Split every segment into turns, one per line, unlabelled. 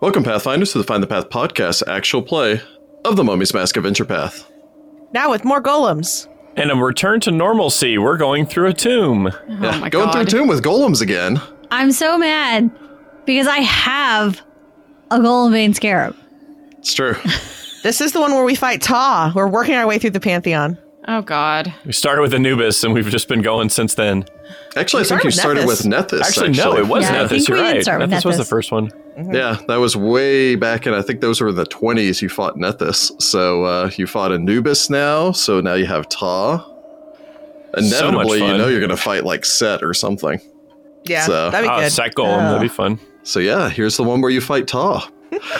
Welcome, Pathfinders, to the Find the Path podcast actual play of The Mummy's Mask Adventure Path.
Now with more golems.
And a return to normalcy. We're going through a tomb.
Yeah,
Oh my
going through a
God.
tomb with golems again.
I'm so mad because I have a golden vein scarab.
It's true.
This is the one where we fight Ta. We're working our way through the Pantheon.
Oh God.
We started with Anubis, and we've just been going since then.
Actually, I think
started
you
with
started
Nethys.
with Nethys.
Actually, no, it was
Yeah, I
not
think
this. You're
we did
right.
start with
Nethys was the
Nethys.
first one.
Yeah, that was way back in. I think those were in the 20s you fought Nethys. So uh, you fought Anubis now. So now you have Ta. Inevitably, you
fun.
know you're going to fight like Set or something.
Yeah,
So-
that'd be
Ah,
good.
Set Golem. That'd be fun.
So yeah, here's the one where you fight Ta.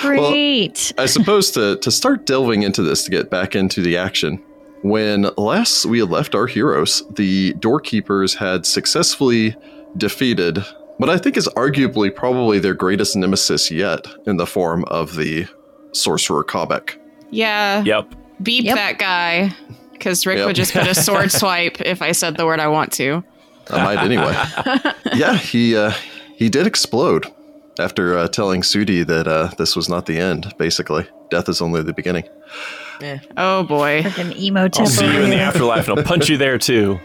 Great.
I suppose to, to start delving into this to get back into the action. When last we had left our heroes, the doorkeepers had successfully defeated what I think is arguably probably their greatest nemesis yet in the form of the sorcerer Kobek.
Yeah.
Yep.
Beep
Yep.
that guy. Because Rick
Yep.
would just put a sword swipe if I said the word I want to.
I might anyway. yeah, he uh, he did explode after uh, telling Sudi that uh, this was not the end. Basically, death is only the beginning.
Oh boy.
An emo
I'll
tip.
see you in the afterlife, and I'll punch you there too.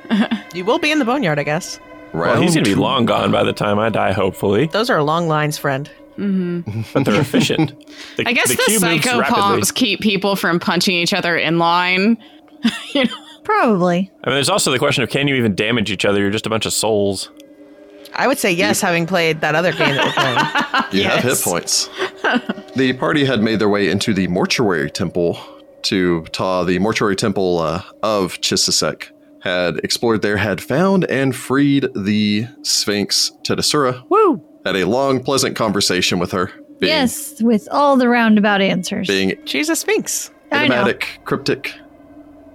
you will be in the boneyard, I guess.
Well, he's
Round
gonna be
two.
long gone by the time I die, hopefully.
Those are long lines, friend.
But they're efficient. The-
I guess the,
queue moves rapidly.
psychopomps keep people from punching each other in line.
Probably.
I mean, there's also the question of can you even damage each other? You're just a bunch of souls.
I would say yes, having played that other game that we're playing.
You have hit
Yes.
points. the party had made their way into the mortuary temple to Ta, the mortuary temple uh, of Chisisek. Had explored there, had found and freed the Sphinx Tedasura. Woo! Had a long, pleasant conversation with her. Being,
yes, with all the roundabout answers.
Being
She's a Sphinx.
I know.
enigmatic, cryptic,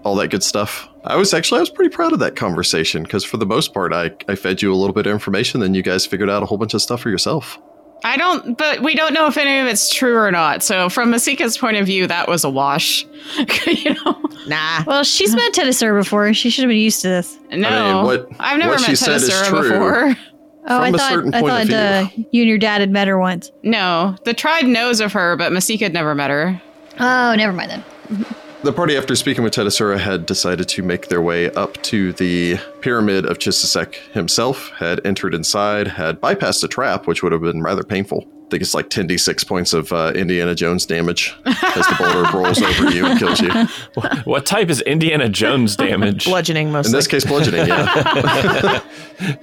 all that good stuff. I was actually I was pretty proud of that conversation because for the most part I, I fed you a little bit of information, then you guys figured out a whole bunch of stuff for yourself.
I don't, but we don't know if any of it's true or not. So, from Masika's point of view, that was a wash. you know,
Nah.
Well, she's met Tedisur before. She should have been used to this.
no,
what-
I've never
what she
met
said is
Tedasura
true.
before.
Oh,
From
I
a certain
thought I
point of
thought uh, you and your dad had met her once.
No, the tribe knows of her, but Masika had never met her.
Oh, never mind then.
The party, after speaking with Tedasura, had decided to make their way up to the pyramid of Chisisek himself, had entered inside, had bypassed a trap, which would have been rather painful. I think it's like 10d6 points of uh, Indiana Jones damage as the boulder rolls over you and kills you.
What type is Indiana Jones damage?
Bludgeoning mostly.
In this case, bludgeoning, yeah.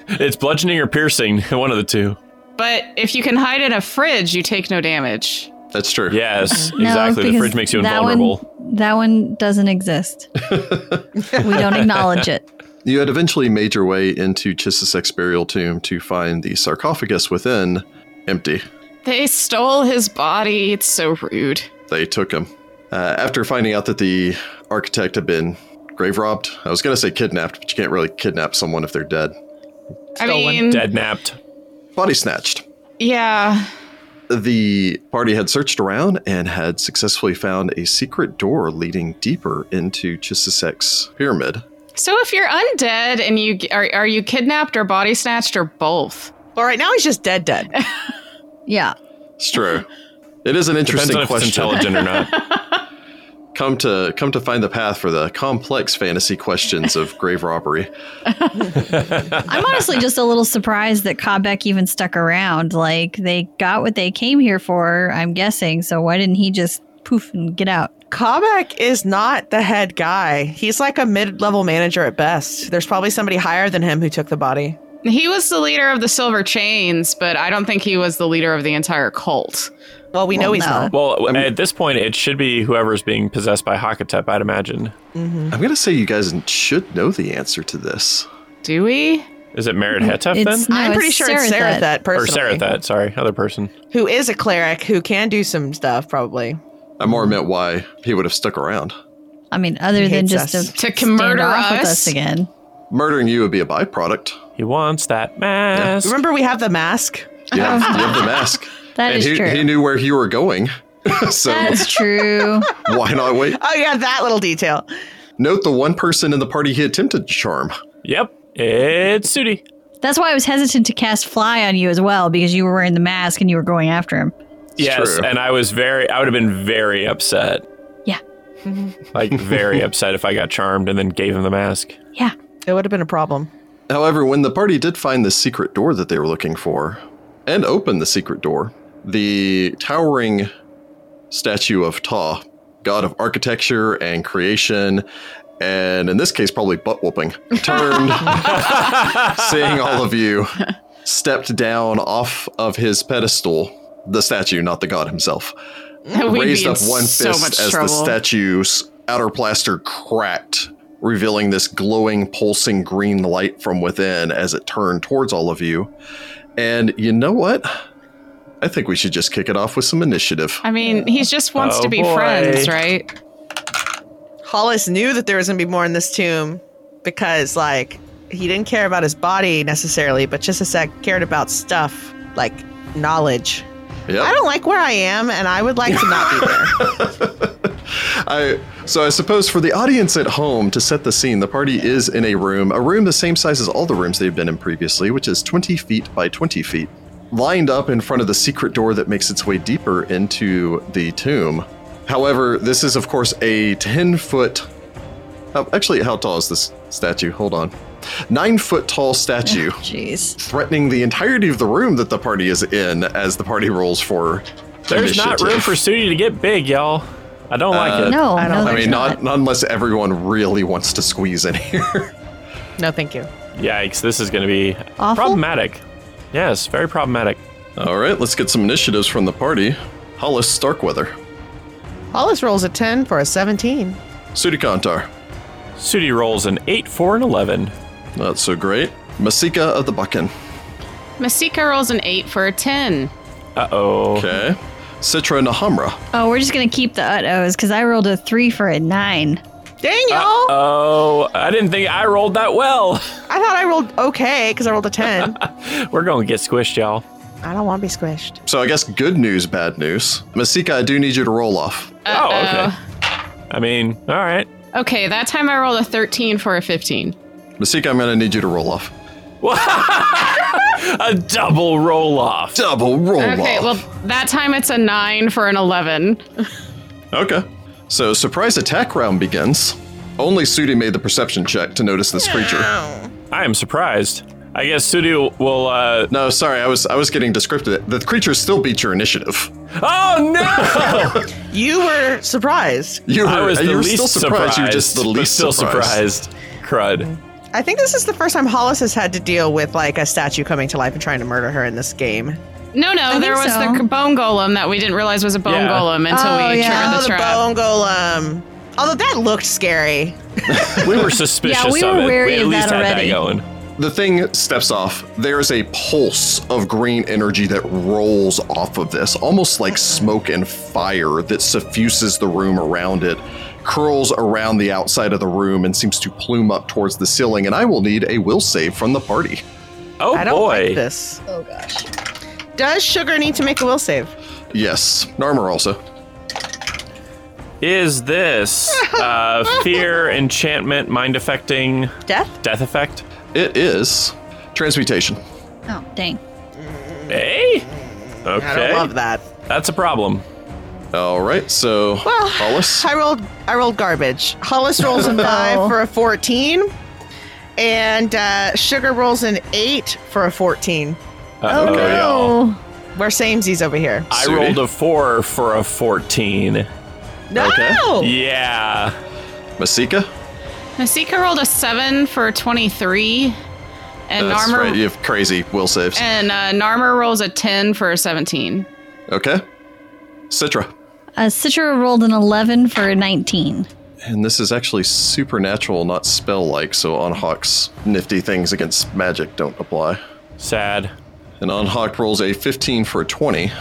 it's bludgeoning or piercing, one of the two.
But if you can hide in a fridge, you take no damage.
That's true.
Yes,
No,
exactly. The
because
fridge makes you
that
invulnerable.
One, that one doesn't exist. we don't acknowledge it.
You had eventually made your way into Chisisek's burial tomb to find the sarcophagus within empty.
They stole his body. It's so rude.
they took him. Uh, after finding out that the architect had been grave robbed, I was going to say kidnapped, but you can't really kidnap someone if they're dead.
I
Stolen.
Mm.
mean,
Dead napped.
Body snatched.
yeah.
The party had searched around and had successfully found a secret door leading deeper into Chisisek's pyramid.
So if you're undead and you are, are you kidnapped or body snatched or both?
well, right now he's just dead, dead.
Yeah.
It's true. It is an
Depends
interesting
on if it's
question.
intelligent or not.
Come to come to find the path for the complex fantasy questions of grave robbery.
I'm honestly just a little surprised that Kobeck even stuck around. Like they got what they came here for, I'm guessing. So why didn't he just poof and get out?
Kobek is not the head guy. He's like a mid level manager at best. There's probably somebody higher than him who took the body.
He was the leader of the Silver Chains, but I don't think he was the leader of the entire cult.
Well, we know he's
no.
not.
Well, at this point, it should be whoever's being possessed by Hakatep, I'd imagine.
I'm going to say you guys should know the answer to this.
Do we?
Is it Merit
Mm,
Hetef then?
no,
I'm pretty sure it's Sarah that
Or
person.
Sarah that, sorry, other person.
Who is a cleric who can do some stuff, probably.
I more meant why he would have stuck around.
I mean, other than
hates
just
us.
to,
To
stand
murder
off with
us?
us again.
Murdering you would be a byproduct.
He wants that mask.
Remember, we have the mask?
You have, you have the mask.
That
and
is
he,
true.
he knew where you were going. so
That's true.
why not wait?
Oh, yeah, that little detail.
Note the one person in the party he attempted to charm.
Yep, it's Sudi.
That's why I was hesitant to cast fly on you as well because you were wearing the mask and you were going after him.
yes,
true.
and I was very. I would have been very upset.
Yeah.
like very upset if I got charmed and then gave him the mask.
Yeah.
It would have been a problem.
However, when the party did find the secret door that they were looking for and opened the secret door, the towering statue of Ta, god of architecture and creation, and in this case, probably butt whooping, turned, seeing all of you, stepped down off of his pedestal. The statue, not the god himself,
We'd be
raised
in
up one
so
fist
much
as
trouble.
the statue's outer plaster cracked, revealing this glowing, pulsing green light from within as it turned towards all of you. And you know what? I think we should just kick it off with some initiative.
I mean, he just wants
Oh,
to be
boy.
friends, right?
Hollis knew that there was going to be more in this tomb because, like, he didn't care about his body necessarily, but just as that cared about stuff like knowledge.
Yep.
I don't like where I am, and I would like to not be there.
I so I suppose for the audience at home to set the scene, the party is in a room, a room the same size as all the rooms they've been in previously, which is 20 feet by 20 feet, lined up in front of the secret door that makes its way deeper into the tomb. However, this is of course a 10 foot. oh, actually, how tall is this statue? Hold on, nine foot tall statue
Jeez.
threatening the entirety of the room that the party is in as the party rolls for.
There's not room
initiative.
for Sudi to get big, y'all. I don't
Uh,
like it.
No,
I don't-
no,
I
there's
mean,
not.
not, not unless everyone really wants to squeeze in here.
No, thank you.
Yikes! This is going to be
Awful?
problematic. Yes, very problematic.
All right, let's get some initiatives from the party. Hollis Starkweather,
Hollis rolls a 10 for a 17.
Sudikantar,
Sudi rolls an eight, four, and eleven.
not so great. Masika of the Buckin.
Masika rolls an eight for a ten.
Uh oh.
Okay. Citra Nahamra.
Oh, we're just gonna keep the uttos because I rolled a three for a nine.
Dang, y'all!
Oh, I didn't think I rolled that well.
I thought I rolled okay because I rolled a 10.
We're going to get squished, y'all.
I don't want to be squished.
So I guess good news, bad news. Masika, I do need you to roll off.
Oh, okay. I mean, all right.
Okay, that time I rolled a thirteen for a fifteen.
Masika, I'm going to need you to roll off.
A double roll off.
Double roll
Okay,
off.
well that time it's a nine for an eleven.
Okay. So surprise attack round begins. Only Sudi made the perception check to notice this creature.
I am surprised. I guess Sudi will. Uh...
No, sorry, I was I was getting descriptive. The creature still beat your initiative.
Oh no!
You were surprised.
You were,
I was the
you were
least
still surprised.
surprised.
You were just the
but
least
still
surprised.
surprised. Crud.
I think this is the first time Hollis has had to deal with like a statue coming to life and trying to murder her in this game.
No, no,
think
there was
so.
the bone golem that we didn't realize was a bone
Yeah.
golem until
Oh,
we
yeah.
triggered
Oh,
the
the
trap.
bone golem. Although that looked scary.
We were suspicious
we
of
were
it.
wary
we at
of
least
that
had
already.
that going.
The thing steps off. There is a pulse of green energy that rolls off of this, almost like smoke and fire that suffuses the room around it, curls around the outside of the room, and seems to plume up towards the ceiling. And I will need a will save from the party.
Oh
I don't
boy.
like this. Oh gosh. Does Sugar need to make a will save?
Yes, Narmer also.
Is this uh, fear, enchantment, mind affecting,
Death?
death effect?
It is transmutation.
Oh, dang.
Hey? Okay.
I don't love that.
That's a problem.
All right, so
Well,
Hollis.
I rolled I rolled garbage. Hollis rolls a five for a fourteen. And uh, Sugar rolls an eight for a fourteen.
Uh-oh, y'all.
Oh,
We're samesies over here.
I
Sudi?
rolled a four for a 14.
No!
Yeah.
Masika.
Masika rolled a seven for twenty-three, and
That's
Narmer
right. You have crazy will saves.
and uh, Narmer rolls a ten for a seventeen.
Okay. Citra.
Uh, Citra rolled an 11 for a 19.
And this is actually supernatural, not spell like, so Onhawk's nifty things against magic don't apply.
Sad.
And Onhawk rolls a 15 for a 20.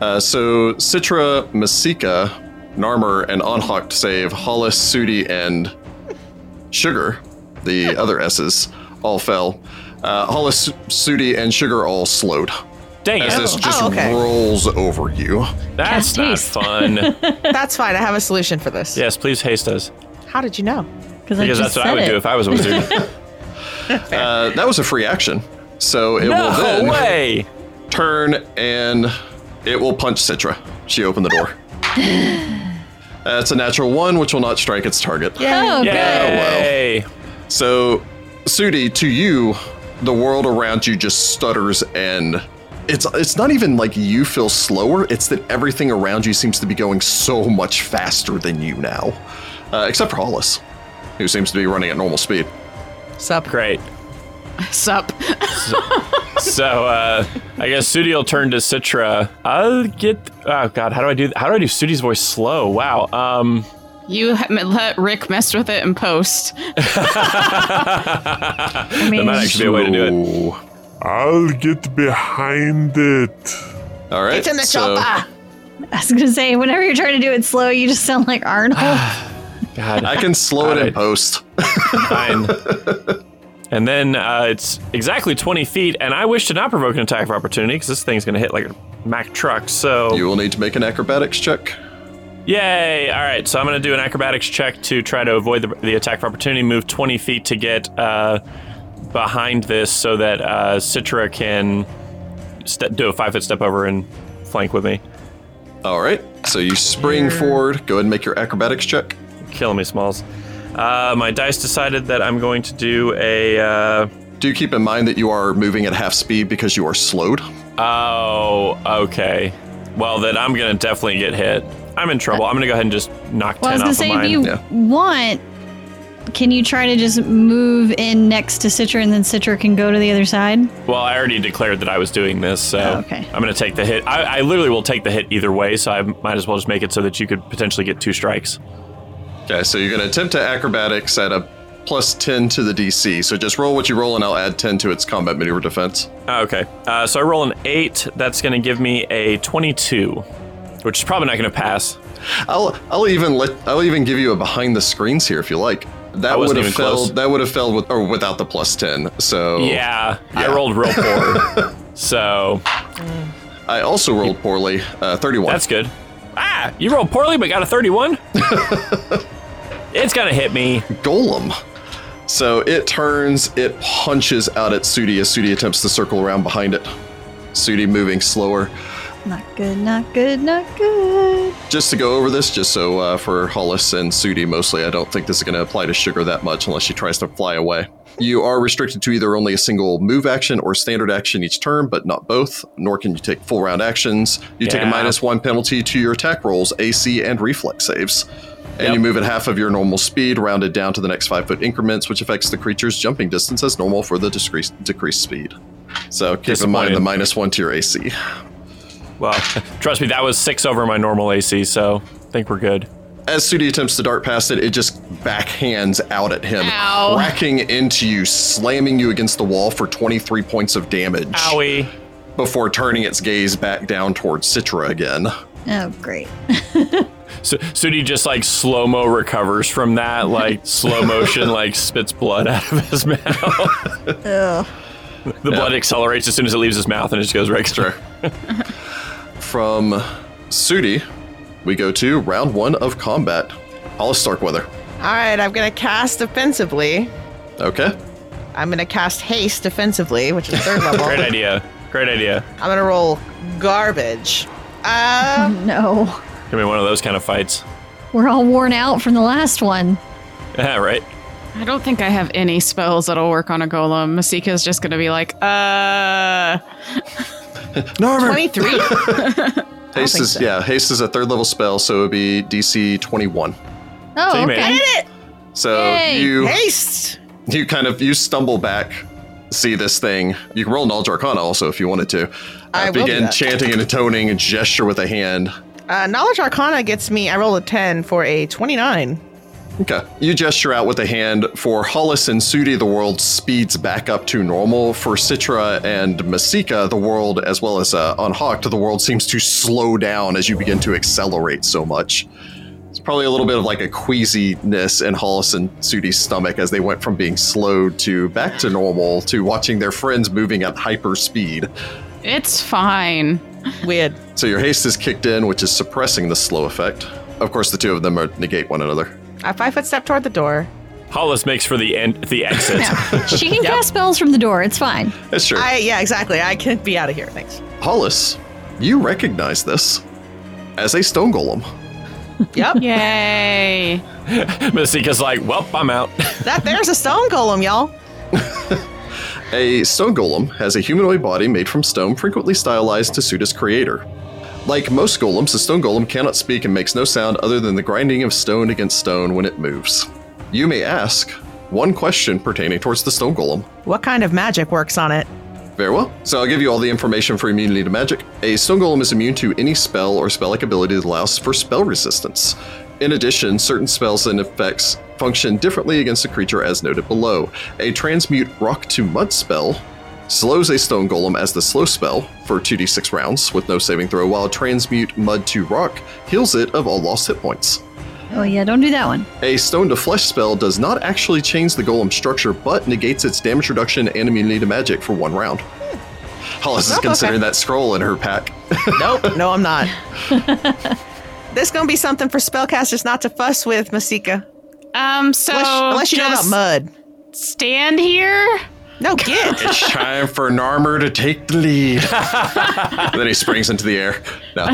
Uh, so Citra, Masika, Narmer, and Onhawk to save Hollis, Sudi, and Sugar, the other S's, all fell. Uh, Hollis, Sudi, and Sugar all slowed.
Dang
As this
it.
just
Oh, okay.
rolls over you.
That's not
Jeez.
fun.
That's fine. I have a solution for this.
yes, please haste us.
How did you know?
Because I
Because
just
that's what
said
I would
it.
do if I was a wizard.
Uh, that was a free action. So it will
no
then
way.
turn and It will punch Citra. She opened the door. That's a natural one, which will not strike its target.
Oh, good.
Yay!
So, Sudi, to you, the world around you just stutters and it's it's not even like you feel slower, it's that everything around you seems to be going so much faster than you now. Uh, except for Hollis, who seems to be running at normal speed.
Sup?
Great.
Sup.
So uh, I guess Sudi will turn to Citra. I'll get. Oh God, how do I do? How do I do Sudi's voice slow? Wow. Um.
You ha- let Rick mess with it and post.
I mean,
might actually be a way to do it.
Ooh.
I'll get behind it.
All right.
It's in the
so-
chopper.
I was gonna say, whenever you're trying to do it slow, you just sound like Arnold.
God,
I can slow it in
Alright.
post.
fine. And then uh, it's exactly 20 feet, and I wish to not provoke an attack of opportunity because this thing's going to hit like a Mack truck. So,
You will need to make an acrobatics check.
yay! All right, so I'm going to do an acrobatics check to try to avoid the, the attack of opportunity, move 20 feet to get uh, behind this so that uh, Citra can ste do a five foot step over and flank with me.
All right. So you spring forward. Go ahead and make your acrobatics check.
Kill me, Smalls. Uh, my dice decided that I'm going to do a. Uh,
Do keep in mind that you are moving at half speed because you are slowed.
Oh, okay. Well, then I'm gonna definitely get hit. I'm in trouble. I'm gonna go ahead and just knock
Well, I was
ten
gonna
off of mine.
say, if you
Yeah.
want, can you try to just move in next to Citra, and then Citra can go to the other side?
Well, I already declared that I was doing this, so
Oh, okay.
I'm gonna take the hit. I, I literally will take the hit either way, so I might as well just make it so that you could potentially get two strikes.
Okay. So you're going to attempt to acrobatics at a plus 10 to the DC. So just roll what you roll, and I'll add 10 to its combat maneuver defense.
Ah, Okay. Uh, so I roll an eight. That's gonna give me a twenty-two, which is probably not gonna pass.
I'll I'll even let I'll even give you a behind the screens here if you like. That would
wasn't
have
even close.
failed. That would have failed with or without the plus 10. So
Yeah, I
Yeah.
rolled real poor. so
I also rolled poorly. Uh, 31.
That's good. Ah, you rolled poorly, but got a thirty-one. it's gonna hit me.
golem. So it turns, it punches out at Sudi as Sudi attempts to circle around behind it. Sudi moving slower.
Not good. Not good. Not good.
Just to go over this, just so uh, for Hollis and Sudi mostly, I don't think this is going to apply to Sugar that much unless she tries to fly away. You are restricted to either only a single move action or standard action each turn, but not both, nor can you take full round actions. You take a
Yeah.
minus one penalty to your attack rolls, AC, and reflex saves. And
Yep.
you move at half of your normal speed, rounded down to the next five foot increments, which affects the creature's jumping distance as normal for the decreased, decreased speed. So keep in mind
Disappointed.
the minus one to your AC.
Well, trust me, that was six over my normal AC, so I think we're good.
As Sudi attempts to dart past it, it just backhands out at him,
Ow.
cracking into you, slamming you against the wall for 23 points of damage
Owie.
before turning its gaze back down towards Citra again.
Oh, great.
So, Sudi just like slow mo recovers from that, like slow motion, like spits blood out of his mouth. The blood accelerates as soon as it leaves his mouth and it just goes right through.
From Sudi, we go to round one of combat. Hollis Starkweather.
All right, I'm going to cast offensively.
Okay.
I'm going to cast haste defensively, which is third level.
Great idea. Great idea.
I'm going to roll garbage. Uh,
Oh, No,
Give me one of those kind of fights.
we're all worn out from the last one.
Yeah, right.
I don't think I have any spells that'll work on a golem. Masika's just gonna be like, uh,
Norman.
23.
Haste
think
is
so.
yeah, haste is a third level spell, so it would be DC 21.
Oh,
So you made
okay.
So
Yay.
you
haste.
you kind of you stumble back see this thing you can roll knowledge arcana also if you wanted to uh,
I will do
begin
that.
chanting and intoning and gesture with a hand
Uh, Knowledge Arcana gets me, I rolled a 10 for a 29.
okay you gesture out with a hand for hollis and sudi the world speeds back up to normal for citra and masika the world as well as uh, unhawked the world seems to slow down as you begin to accelerate so much it's probably a little bit of like a queasiness in Hollis and Sudi's stomach as they went from being slowed to back to normal to watching their friends moving at hyper speed.
it's fine.
Weird.
So your haste is kicked in, which is suppressing the slow effect. Of course, the two of them are negate one another.
I five foot step toward the door.
Hollis makes for the end, the exit.
She can cast spells from the door. It's fine.
That's true.
I yeah, exactly. I can be out of here. Thanks.
Hollis, You recognize this as a stone golem.
Yep.
Yay.
Masika's like, well, I'm out.
that there's a stone golem, y'all.
A stone golem has a humanoid body made from stone, frequently stylized to suit its creator. Like most golems, the stone golem cannot speak and makes no sound other than the grinding of stone against stone when it moves. You may ask one question pertaining towards the stone golem.
What kind of magic works on it?
Very well. So I'll give you all the information for immunity to magic. A stone golem is immune to any spell or spell-like ability that allows for spell resistance. In addition, certain spells and effects function differently against a creature as noted below. A transmute rock to mud spell slows a stone golem as the slow spell for 2d6 rounds with no saving throw, while transmute mud to rock heals it of all lost hit points.
Oh, yeah, don't do that one.
A stone to flesh spell does not actually change the golem structure, but negates its damage reduction and immunity to magic for one round. Hollis is
Okay.
considering that scroll in her pack.
Nope. no, I'm not. There's gonna be something for spellcasters not to fuss with, Masika.
Um, so
Unless, unless you know about
just
mud.
stand here.
No, get.
it's time for Narmer to take the lead. then he springs into the air. No.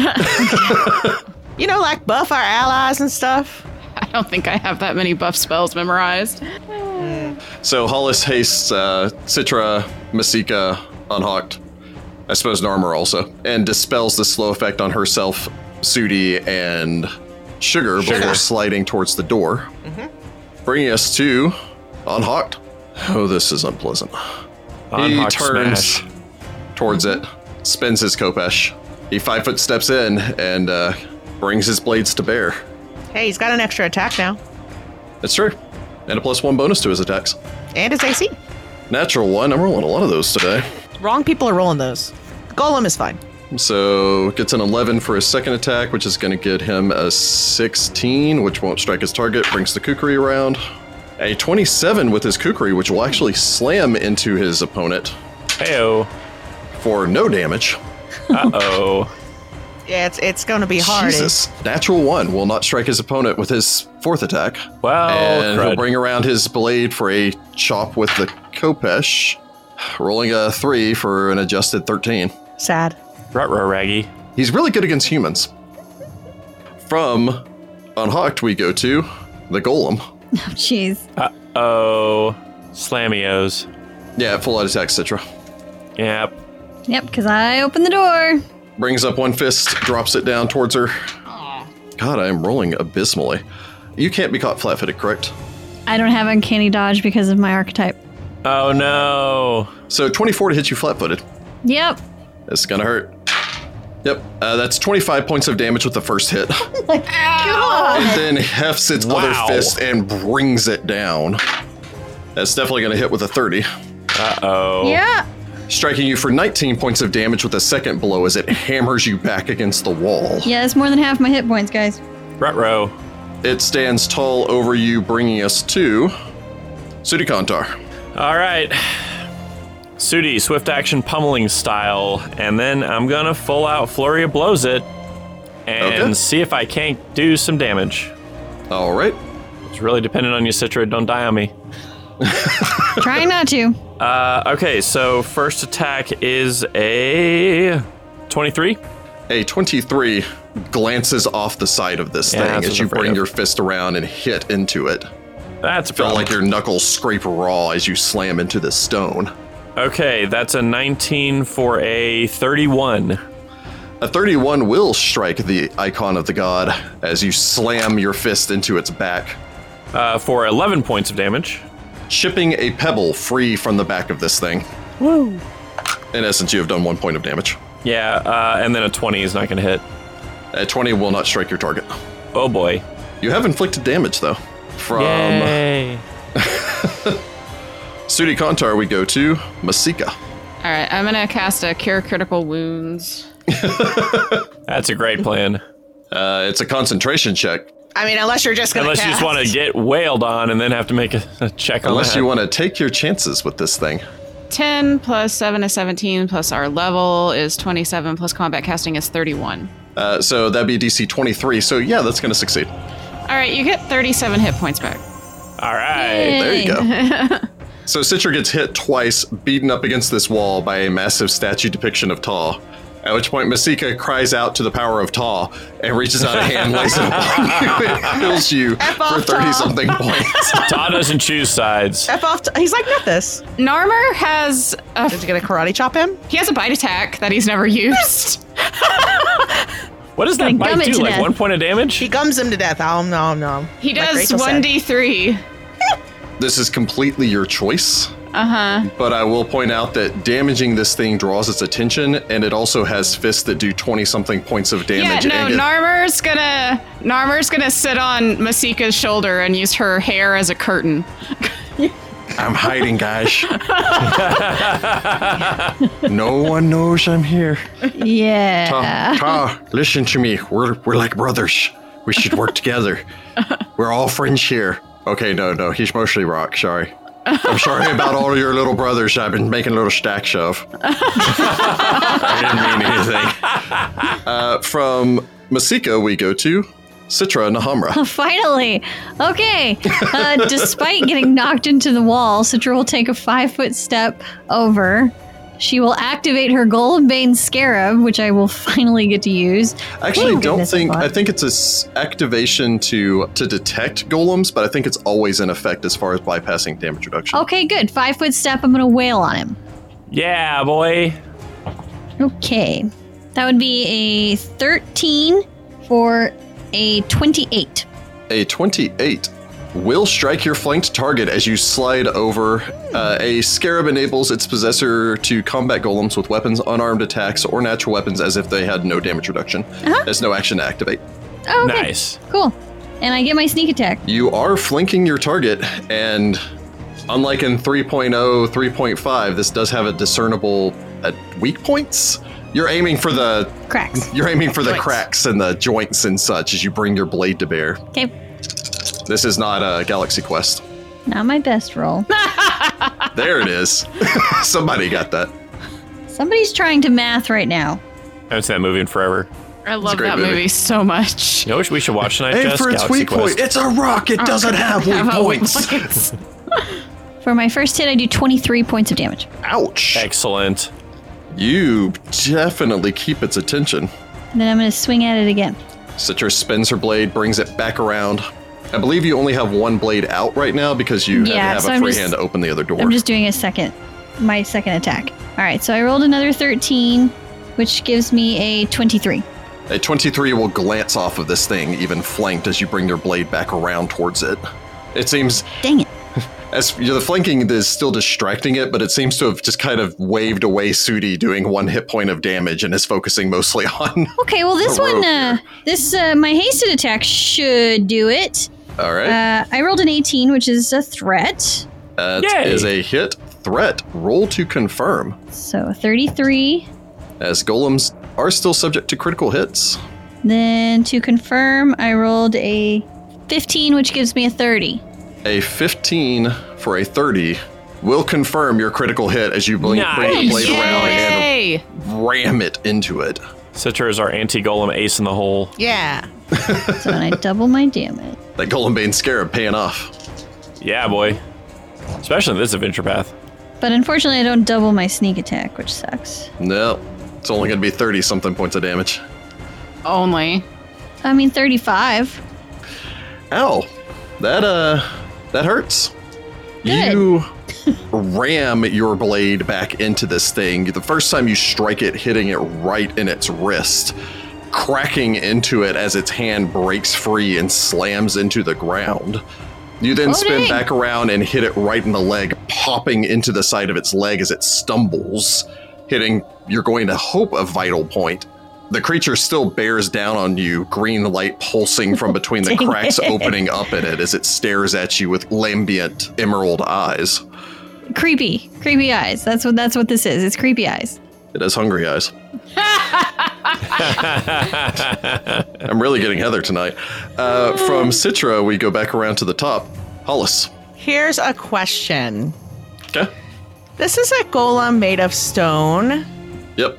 you know, like buff our allies and stuff.
I don't think I have that many buff spells memorized.
So Hollis hastes uh, Citra, Masika, Unhawked, I suppose Narmer also, and dispels the slow effect on herself, Sudi, and Sugar, before sliding towards the door. Bringing us to Unhawked. Oh, this is unpleasant. he
Unhock
turns
smash.
towards it, spins his Kopesh. He five foot steps in and uh, brings his blades to bear.
Hey, he's got an extra attack now,
That's true. And a plus one bonus to his attacks.
and his AC.
Natural one. I'm rolling a lot of those today.
Wrong people are rolling those. Golem is fine.
So gets an 11 for his second attack, which is going to get him a 16, which won't strike his target. Brings the Kukri around. A 27 with his Kukri, which will actually slam into his opponent
Heyo.
for no damage.
Uh oh.
Yeah, it's it's gonna be hard.
Jesus. Natural one will not strike his opponent with his fourth attack.
Well,
and he'll
crud.
bring around his blade for a chop with the Kopesh, rolling a 3 for an adjusted 13.
Sad.
Ruh-roh, Raggy.
He's really good against humans. From Unhocked, we go to the Golem.
Jeez.
Oh. Slamios.
Yeah, full out attack, Citra.
Yep.
Yep, because I opened the door.
Brings up one fist, drops it down towards her. God, I am rolling abysmally. You can't be caught flat footed, correct?
I don't have uncanny dodge because of my archetype.
Oh no.
So 24 to hit you flat footed.
Yep.
It's gonna hurt. Yep, uh, that's 25 points of damage with the first hit. It then hefts its other
Wow.
fist and brings it down. That's definitely gonna hit with a 30.
Uh oh.
Yeah.
striking you for 19 points of damage with a second blow as it hammers you back against the wall.
Yeah, it's more than half my hit points, guys.
Ruh-roh.
It stands tall over you, bringing us to Sudikantar.
All right. Sudi, swift action pummeling style, and then I'm gonna full out flurry of blows it and
Okay.
see if I can't do some damage.
All right.
It's really dependent on you, Citra. Don't die on me.
Trying not to.
Uh, okay, so first attack is a 23.
A 23 glances off the side of this
Yeah, that's
thing
what
as you
I'm afraid
bring
of.
your fist around and hit into it.
That's a
Felt
problem.
like your knuckles scrape raw as you slam into this stone.
Okay, that's a 19 for a 31.
A 31 will strike the icon of the god as you slam your fist into its back,
Uh, for 11 points of damage.
chipping a pebble free from the back of this thing. Woo! In essence, you have done one point of damage.
Yeah, uh, and then a 20 is not gonna hit.
A 20 will not strike your target.
Oh boy.
You have inflicted damage, though. From
Yay.
Sudi Kantar, we go to Masika.
All right, I'm gonna cast a cure critical wounds.
That's a great plan.
Uh, it's a concentration check,
I mean, unless you're just gonna.
Unless you just
cast.
want to get wailed on and then have to make a, a check on
unless
that.
you want to take your chances with this thing.
10 plus 7 is 17, plus our level is 27, plus combat casting is 31.
Uh, so that'd be DC 23. So yeah, that's going to succeed.
All right, you get 37 hit points back.
All right.
There you go. so Citra gets hit twice, beaten up against this wall by a massive statue depiction of Ta. At which point, Masika cries out to the power of Taw and reaches out a hand, lays it upon you, and heals you
F
for
off, Taw.
30 something points.
Todd doesn't choose sides.
F off. T- he's like, not this.
Narmer has a
Did you gonna karate chop him?
he has a bite attack that he's never used.
What does
Gonna
that
gum
bite
it
do?
to
Like
death.
one point of
He
damage?
gums him to death. Om nom nom.
He
Like
does
Rachel
one
said.
d three.
this is completely your choice.
Uh huh.
But I will point out that damaging this thing draws its attention, and it also has fists that do 20 something points of
Yeah,
damage.
no,
and get-
Narmer's gonna Narmer's gonna sit on Masika's shoulder and use her hair as a curtain.
I'm hiding, guys. no one knows I'm here.
Yeah.
Ta, Ta, listen to me. We're, we're like brothers. We should work together. We're all friends here. Okay, no, no. He's mostly rock. Sorry. I'm sorry about all your little brothers. I've been making little stacks of. I didn't mean anything. Uh, from Masika, we go to Citra
Hmm.
Nahamra.
Finally. Okay. Uh, despite getting knocked into the wall, Citra will take a five foot step over. She will activate her Golden Bane Scarab, which I will finally get to use.
Actually, don't
Thank goodness I
think.
bought-
I think it's an activation to to detect golems, but I think it's always in effect as far as bypassing damage reduction.
Okay, good. Five foot step. I'm going to wail on him.
Yeah, boy.
Okay. That would be a 13 for a 28.
A 28 will strike your flanked target as you slide over. Uh, a scarab enables its possessor to combat golems with weapons, unarmed attacks, or natural weapons as if they had no damage reduction. There's no action to activate.
Oh, okay.
Nice.
Cool. And I get my sneak attack.
You are flanking your target, and unlike in oh, 3.0, 3.5, this does have a discernible uh, weak points. You're aiming for the
Cracks.
you're aiming for the
Joints.
cracks and the joints and such as you bring your blade to bear.
Okay.
This is not a Galaxy Quest.
Not my best roll.
There it is. Somebody got that.
Somebody's trying to math right now.
I haven't seen that movie in forever.
I love
great
that
movie.
movie. so much.
You know what we should watch tonight,
Aim
Jess?
for its
Galaxy
weak
Quest.
point. It's a rock. It doesn't have weak
Have
Oh
a weak
points.
points.
For my first hit, I do 23 points of damage.
Ouch.
Excellent.
You definitely keep its attention.
And then I'm going to swing at it again.
Citrus spins her blade, brings it back around. I believe you only have one blade out right now because you had to
Yeah,
have
so
a
I'm
free
just-
hand to open the other door.
I'm just doing a second, my second attack. All right, so I rolled another 13, which gives me a 23.
A 23 will glance off of this thing, even flanked, as you bring your blade back around towards it. It seems
Dang it.
As you know, the flanking is still distracting it, but it seems to have just kind of waved away Sudi doing one hit point of damage and is focusing mostly on.
Okay, well, this
A rogue
one, uh, this, uh, my hasted attack should do it.
All right,
Uh, I rolled an 18, which is a threat.
that
yay.
is a hit threat. Roll to confirm,
So 33.
as golems are still subject to critical hits.
Then to confirm, I rolled a 15, which gives me a 30.
A 15 for a 30 will confirm your critical hit as you bling, bring the
Nice.
blade around and
Yay!
ram it into it.
Citra is our anti golem ace in the hole.
Yeah.
So then I double my damage.
That golem bane scarab paying off.
Yeah, boy. Especially in this adventure path.
But unfortunately, I don't double my sneak attack, which sucks.
No, it's only going to be 30 something points of damage.
Only.
I mean, 35.
Ow. That uh that hurts.
Good.
You ram your blade back into this thing. The first time you strike it, hitting it right in its wrist, cracking into it as its hand breaks free and slams into the ground. You then
Oh,
spin
dang.
back around and hit it right in the leg, popping into the side of its leg as it stumbles, hitting, you're going to hope, a vital point. The creature still bears down on you, green light pulsing from between the
Dang
cracks
it.
opening up in it as it stares at you with lambient emerald eyes.
Creepy. Creepy eyes. That's what that's what this is. It's creepy eyes.
It has hungry eyes. I'm really getting Heather tonight. Uh, from Citra, we go back around to the top. Hollis.
Here's a question.
Okay.
This is a golem made of stone.
Yep.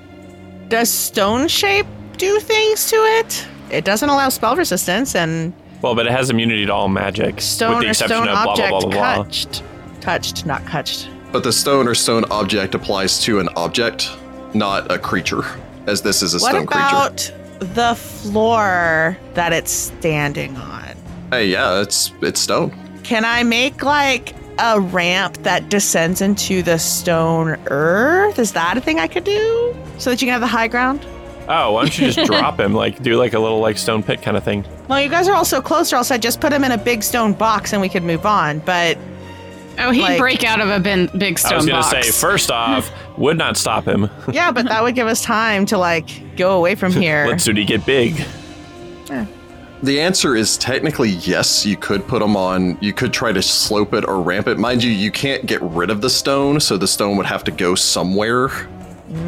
Does stone shape do things to it? It doesn't allow spell resistance, and
Well, but it has immunity to all magic.
stone
with the
or
exception
stone
of blah, blah,
object
blah, blah, blah.
touched, touched, not touched.
But the stone or stone object applies to an object, not a creature. as this is a
What
stone creature.
about the floor that it's standing on?
Hey, yeah, it's it's stone.
Can I make like a ramp that descends into the stone earth? Is that a thing I could do? So that you can have the high ground?
Oh, why don't you just drop him? Like do like a little like stone pit kind of thing.
Well, you guys are all so close, or else I just put him in a big stone box and we could move on. But
Oh, he'd
Like-
break out of a bin, big stone
I was gonna
box.
say, first off, would not stop him.
yeah, but that would give us time to like go away from here.
Let Sudi get big.
The answer is technically yes. You could put them on. You could try to slope it or ramp it. Mind you, you can't get rid of the stone, so the stone would have to go somewhere.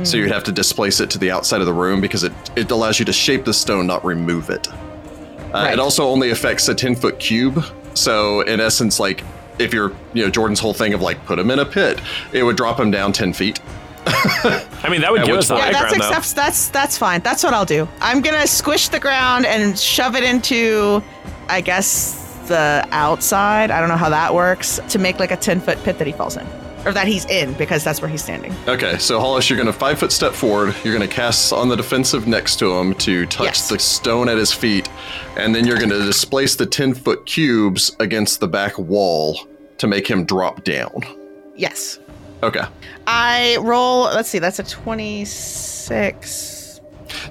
So you'd have to displace it to the outside of the room because it it allows you to shape the stone, not remove it. Uh, It also only affects a ten foot cube. So in essence, like if you're you know Jordan's whole thing of like put him in a pit, it would drop him down ten feet.
I mean, that would
At
give
which
us the
point-
Yeah,
high
that's
ground, though.
accepts. That's that's fine. That's what I'll do. I'm gonna squish the ground and shove it into, I guess, the outside. I don't know how that works to make like a ten foot pit that he falls in, or that he's in because that's where he's standing.
Okay, so Hollis, you're going to five foot step forward. You're going to cast on the defensive next to him to touch
Yes.
the stone at his feet, and then you're going to displace the 10 foot cubes against the back wall to make him drop down.
Yes.
Okay.
I roll. Let's see. That's a twenty-six.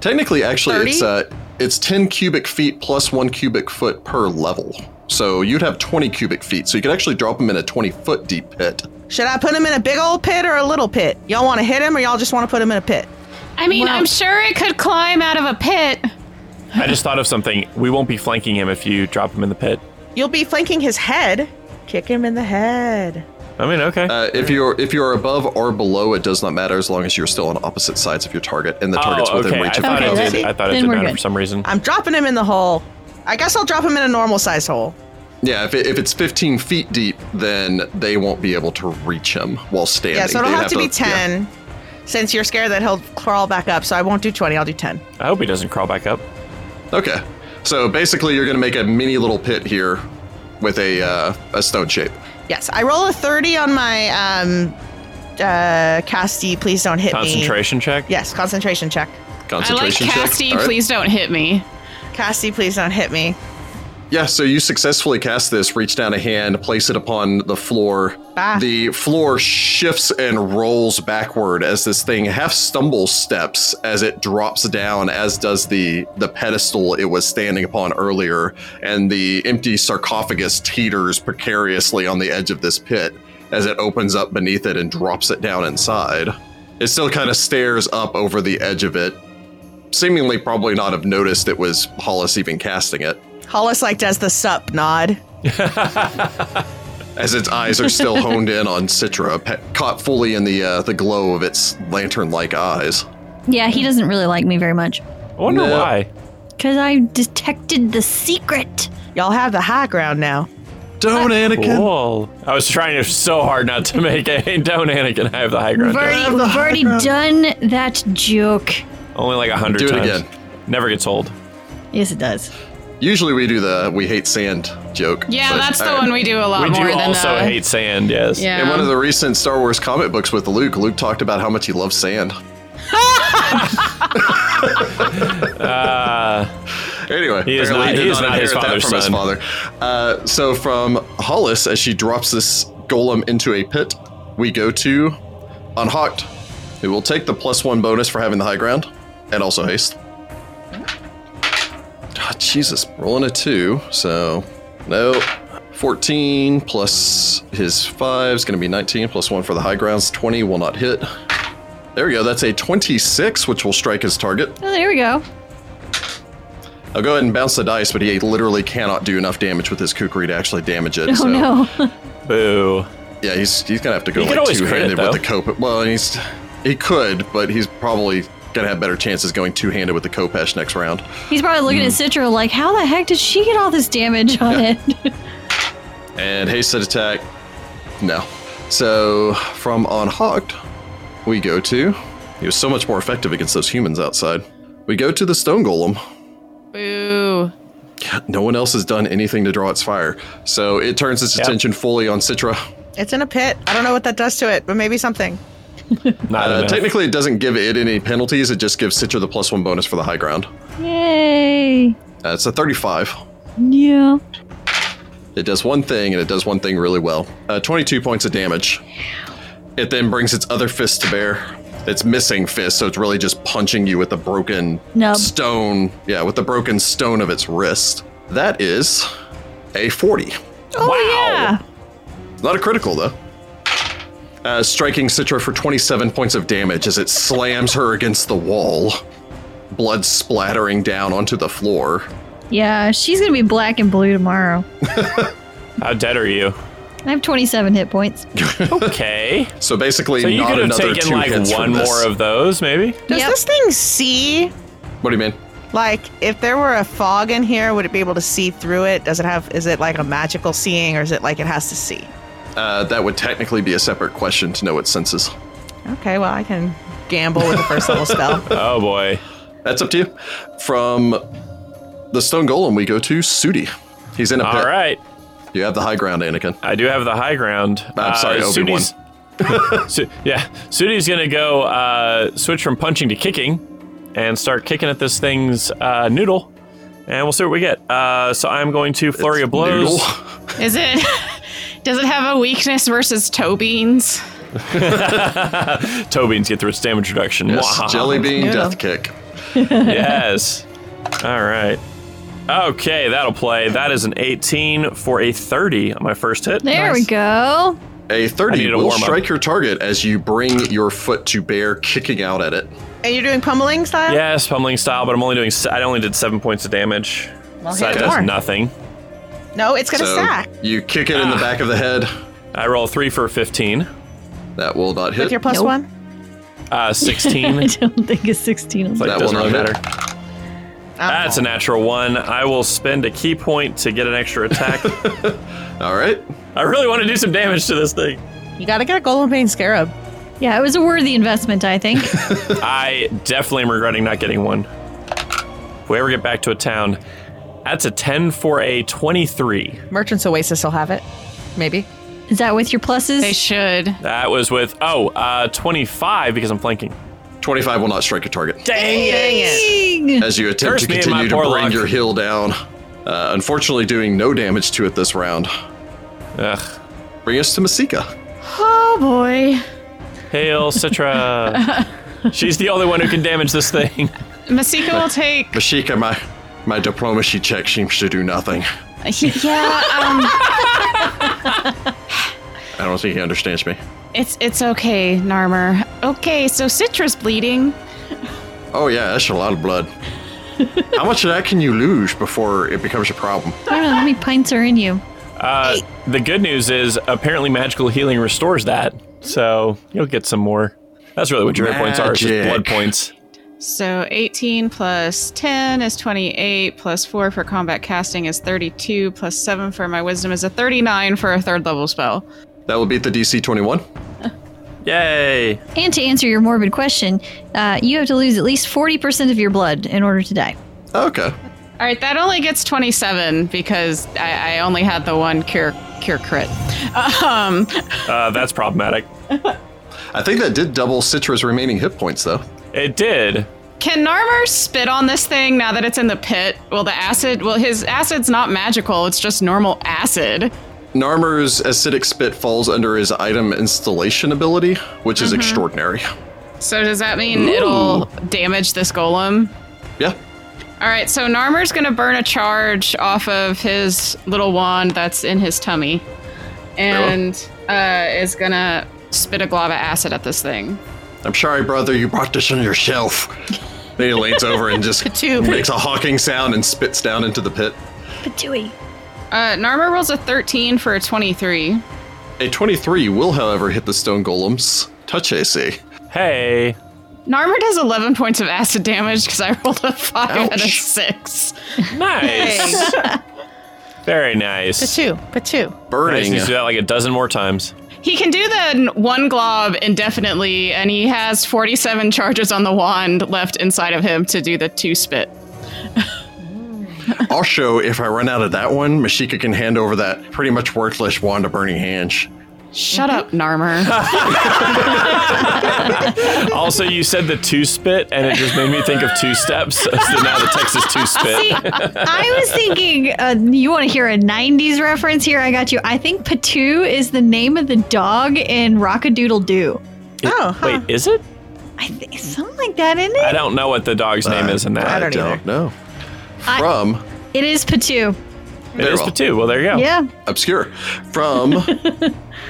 Technically, actually, it's
30?
uh, it's 10 cubic feet plus one cubic foot per level. So you'd have 20 cubic feet. So you could actually drop him in a 20 foot deep pit.
Should I put him in a big old pit or a little pit? Y'all want to hit him, or y'all just want to put him in a pit?
I mean, I'm sure it could climb out of a pit.
I just thought of something. We won't be flanking him if you drop him in the pit.
You'll be flanking his head. Kick him in the head.
I mean, okay.
Uh, if
Hmm.
you're if you're above or below, it does not matter as long as you're still on opposite sides of your target and the target's
oh,
within
okay. I
reach of
thought,
Okay,
it
that's
did,
it.
I thought it
Then
did
we're
matter
good.
for some reason.
I'm dropping him in the hole. I guess I'll drop him in a normal size hole.
Yeah, if, it, if it's 15 feet deep, then they won't be able to reach him while standing.
Yeah, so it'll
They'd
have, to, be
yeah.
10. Since you're scared that he'll crawl back up, so I won't do 20, I'll do 10.
I hope he doesn't crawl back up.
Okay. So basically, you're going to make a mini little pit here with a, uh, a stone shape.
Yes, I roll a 30 on my um uh Casty, please don't hit me.
Concentration check.
Yes, concentration check.
I like
Concentration check.
Casty.
All right.
Please don't hit me.
Casty, please don't hit me.
Yeah, so you successfully cast this, reach down a hand, place it upon the floor.
Bah.
The floor shifts and rolls backward as this thing half stumble steps as it drops down, as does the the pedestal it was standing upon earlier, and the empty sarcophagus teeters precariously on the edge of this pit as it opens up beneath it and drops it down inside. It still kind of stares up over the edge of it, seemingly probably not have noticed it was Hollis even casting it.
Hollis like does the sup nod.
as its eyes are still honed in on Citra, pe- caught fully in the uh, the glow of its lantern-like eyes.
Yeah, he doesn't really like me very much.
I wonder
No.
why.
Because I detected the secret.
Y'all have the high ground now.
Don't, Anakin.
Cool. I was trying so hard not to make a don't Anakin. I have the high ground.
We've already, we've already done that joke.
Only like a hundred
Do it
times.
again.
Never gets old.
Yes, it does.
Usually we do the "we hate sand" joke.
Yeah,
but
that's the
I-
one we do a lot
We
more
do
than uh,
also
the,
hate sand. Yes.
Yeah.
In one of the recent Star Wars comic books with Luke, Luke talked about how much he loves sand. Anyway,
He is
apparently
not-
did
he is not
inherit
his
that
father's
from his
son.
father. Uh, so from Hollis, as she drops this golem into a pit, we go to Unhawked, who will take the plus one bonus for having the high ground and also haste. Ah, Jesus, rolling a two, so no. 14 plus his 5 is going to be 19, plus 1 for the high grounds. 20 will not hit. There we go. That's a 26, which will strike his target.
Oh, there we go.
I'll go ahead and bounce the dice, but he literally cannot do enough damage with his kukri to actually damage it.
Oh
so
no.
Boo.
yeah, he's he's gonna have to go
He could
like
always
two
crit,
handed
though.
with the cope. Well, and he's he could, but he's probably gonna have better chances going two handed with the kopesh next round.
He's probably looking at Citra like, how the heck did she get all this damage on it?
And hasted attack, no. So from unhogged, we go to. He was so much more effective against those humans outside. We go to the stone golem.
Boo.
No one else has done anything to draw its fire, so it turns its
Yep.
attention fully on Citra.
It's in a pit. I don't know what that does to it, but maybe something.
Not
Uh,
enough.
technically, it doesn't give it any penalties. It just gives Citra the plus one bonus for the high ground.
Yay.
Uh, it's a 35.
Yeah.
It does one thing, and it does one thing really well. Uh, 22 points of damage. It then brings its other fist to bear. It's missing fist, so it's really just punching you with the broken
Nub.
stone. Yeah, with the broken stone of its wrist. That is a 40.
Oh, yeah.
Not a critical, though. Uh, striking Citra for 27 points of damage as it slams her against the wall, blood splattering down onto the floor.
Yeah, she's going to be black and blue tomorrow.
How dead are you?
I have 27 hit points.
Okay.
So basically,
So you
not
could have
another
taken
two
like
hits
one
from this.
more of those, maybe.
Does
Yep.
this thing see?
What do you mean?
Like, if there were a fog in here, would it be able to see through it? Does it have? Is it like a magical seeing, or is it like it has to see?
Uh, that would technically be a separate question to know its senses.
Okay, well, I can gamble with the first level spell.
Oh boy.
That's up to you. From the stone golem, we go to Sudi. He's in a pit.
All right.
You have the high ground, Anakin.
I do have the high ground.
I'm sorry, Obi-Wan.
Sudi's- Su- yeah, Sudi's gonna go uh, switch from punching to kicking, and start kicking at this thing's uh, noodle, and we'll see what we get. Uh, so I'm going to flurry of blows.
Noodle.
Is it? Does it have a weakness versus toe beans?
Toe beans get through its damage reduction. Mwahaha.
Yes, jelly bean
Noodle.
death kick.
yes. All right. Okay, that'll play. That is an 18 for a 30 on my first hit.
There we go.
A
I
30
need a
will
warm-up.
strike your target as you bring your foot to bear, kicking out at it.
and you're doing pummeling style.
Yes, pummeling style, but I'm only doing. se- I only did seven points of damage. so that
hit
does
more.
nothing.
No, it's gonna
so
stack
you kick it in the back of the head.
I roll three for 15.
That will not hit.
with your plus
Nope.
one.
Uh, 16.
I don't think a 16 will
Like,
That
doesn't
will
really
not
matter.
hit.
That's a natural one. I will spend a key point to get an extra attack.
All right.
I really want to do some damage to this thing.
You gotta get a golden pain scarab.
Yeah, it was a worthy investment, I think.
I definitely am regretting not getting one. If we ever get back to a town, that's a 10 for a 23.
Merchant's Oasis will have it, maybe.
Is that with your pluses?
They should.
That was with, oh, uh, 25 because I'm flanking.
25 will not strike your target.
Dang it!
Dang.
As you attempt
Curse
to
me and
continue
my
to
poor
bring
luck.
your heel down, uh, unfortunately doing no damage to it this round.
Ugh.
Bring us to Masika.
Oh boy.
Hail Citra. She's the only one who can damage this thing.
Masika will take.
Masika, my my diplomacy check seems to do nothing.
Yeah. Um.
I don't think he understands me.
It's it's okay, Narmer. Okay, so Citra's bleeding.
Oh yeah, that's a lot of blood. How much of that can you lose before it becomes a problem?
I don't know how many pints are in you.
Uh, the good news is apparently magical healing restores that, so you'll get some more. That's really what your hit points are, it's just
Magic.
blood points.
So 18 plus 10 is 28, plus 4 for combat casting is 32, plus 7 for my wisdom is a 39 for a third level spell.
That will beat the DC 21.
Yay!
And to answer your morbid question, uh, you have to lose at least 40% of your blood in order to die.
Okay.
All right, that only gets 27 because I, I only had the one cure cure crit. Um,
Uh, that's problematic.
I think that did double Citra's remaining hit points though.
It did.
can Narmer spit on this thing now that it's in the pit? Well, the acid, well, his acid's not magical, it's just normal acid.
Narmer's acidic spit falls under his item installation ability, which is extraordinary.
So does that mean it'll damage this golem?
Yeah.
All right, so Narmer's gonna burn a charge off of his little wand that's in his tummy, and uh, is gonna spit a glob of acid at this thing.
I'm sorry, brother, you brought this on yourself. Then he leans over and just
Ka-choo.
makes a hawking sound and spits down into the pit.
Patooey.
Uh, Narmer rolls a 13 for a 23.
A 23 will, however, hit the stone golem's touch AC.
Hey.
Narmer does 11 points of acid damage because I rolled a five and a
Ouch.
six.
Nice. Very nice.
Pachu, pachu.
Nice. uh,
Burning.
You do that like a dozen more times.
He can do the n- one glob indefinitely, and he has 47 charges on the wand left inside of him to do the two spit.
Also, if I run out of that one, Mashika can hand over that pretty much worthless wand of burning hands.
Shut up, Narmer.
Also, you said the two spit, and it just made me think of two steps. So now the text is two
See,
spit.
I was thinking, uh, you want to hear a 90s reference? Here, I got you. I think Patoo is the name of the dog in Rockadoodle Doo.
Oh, huh.
Wait, is it?
I think something like that, isn't
I
it?
don't know what the dog's name is in that.
I don't
don't
either.
know.
I-
From
It is Patoo.
It is
Well,
the two. Well, there you go.
Yeah.
obscure. From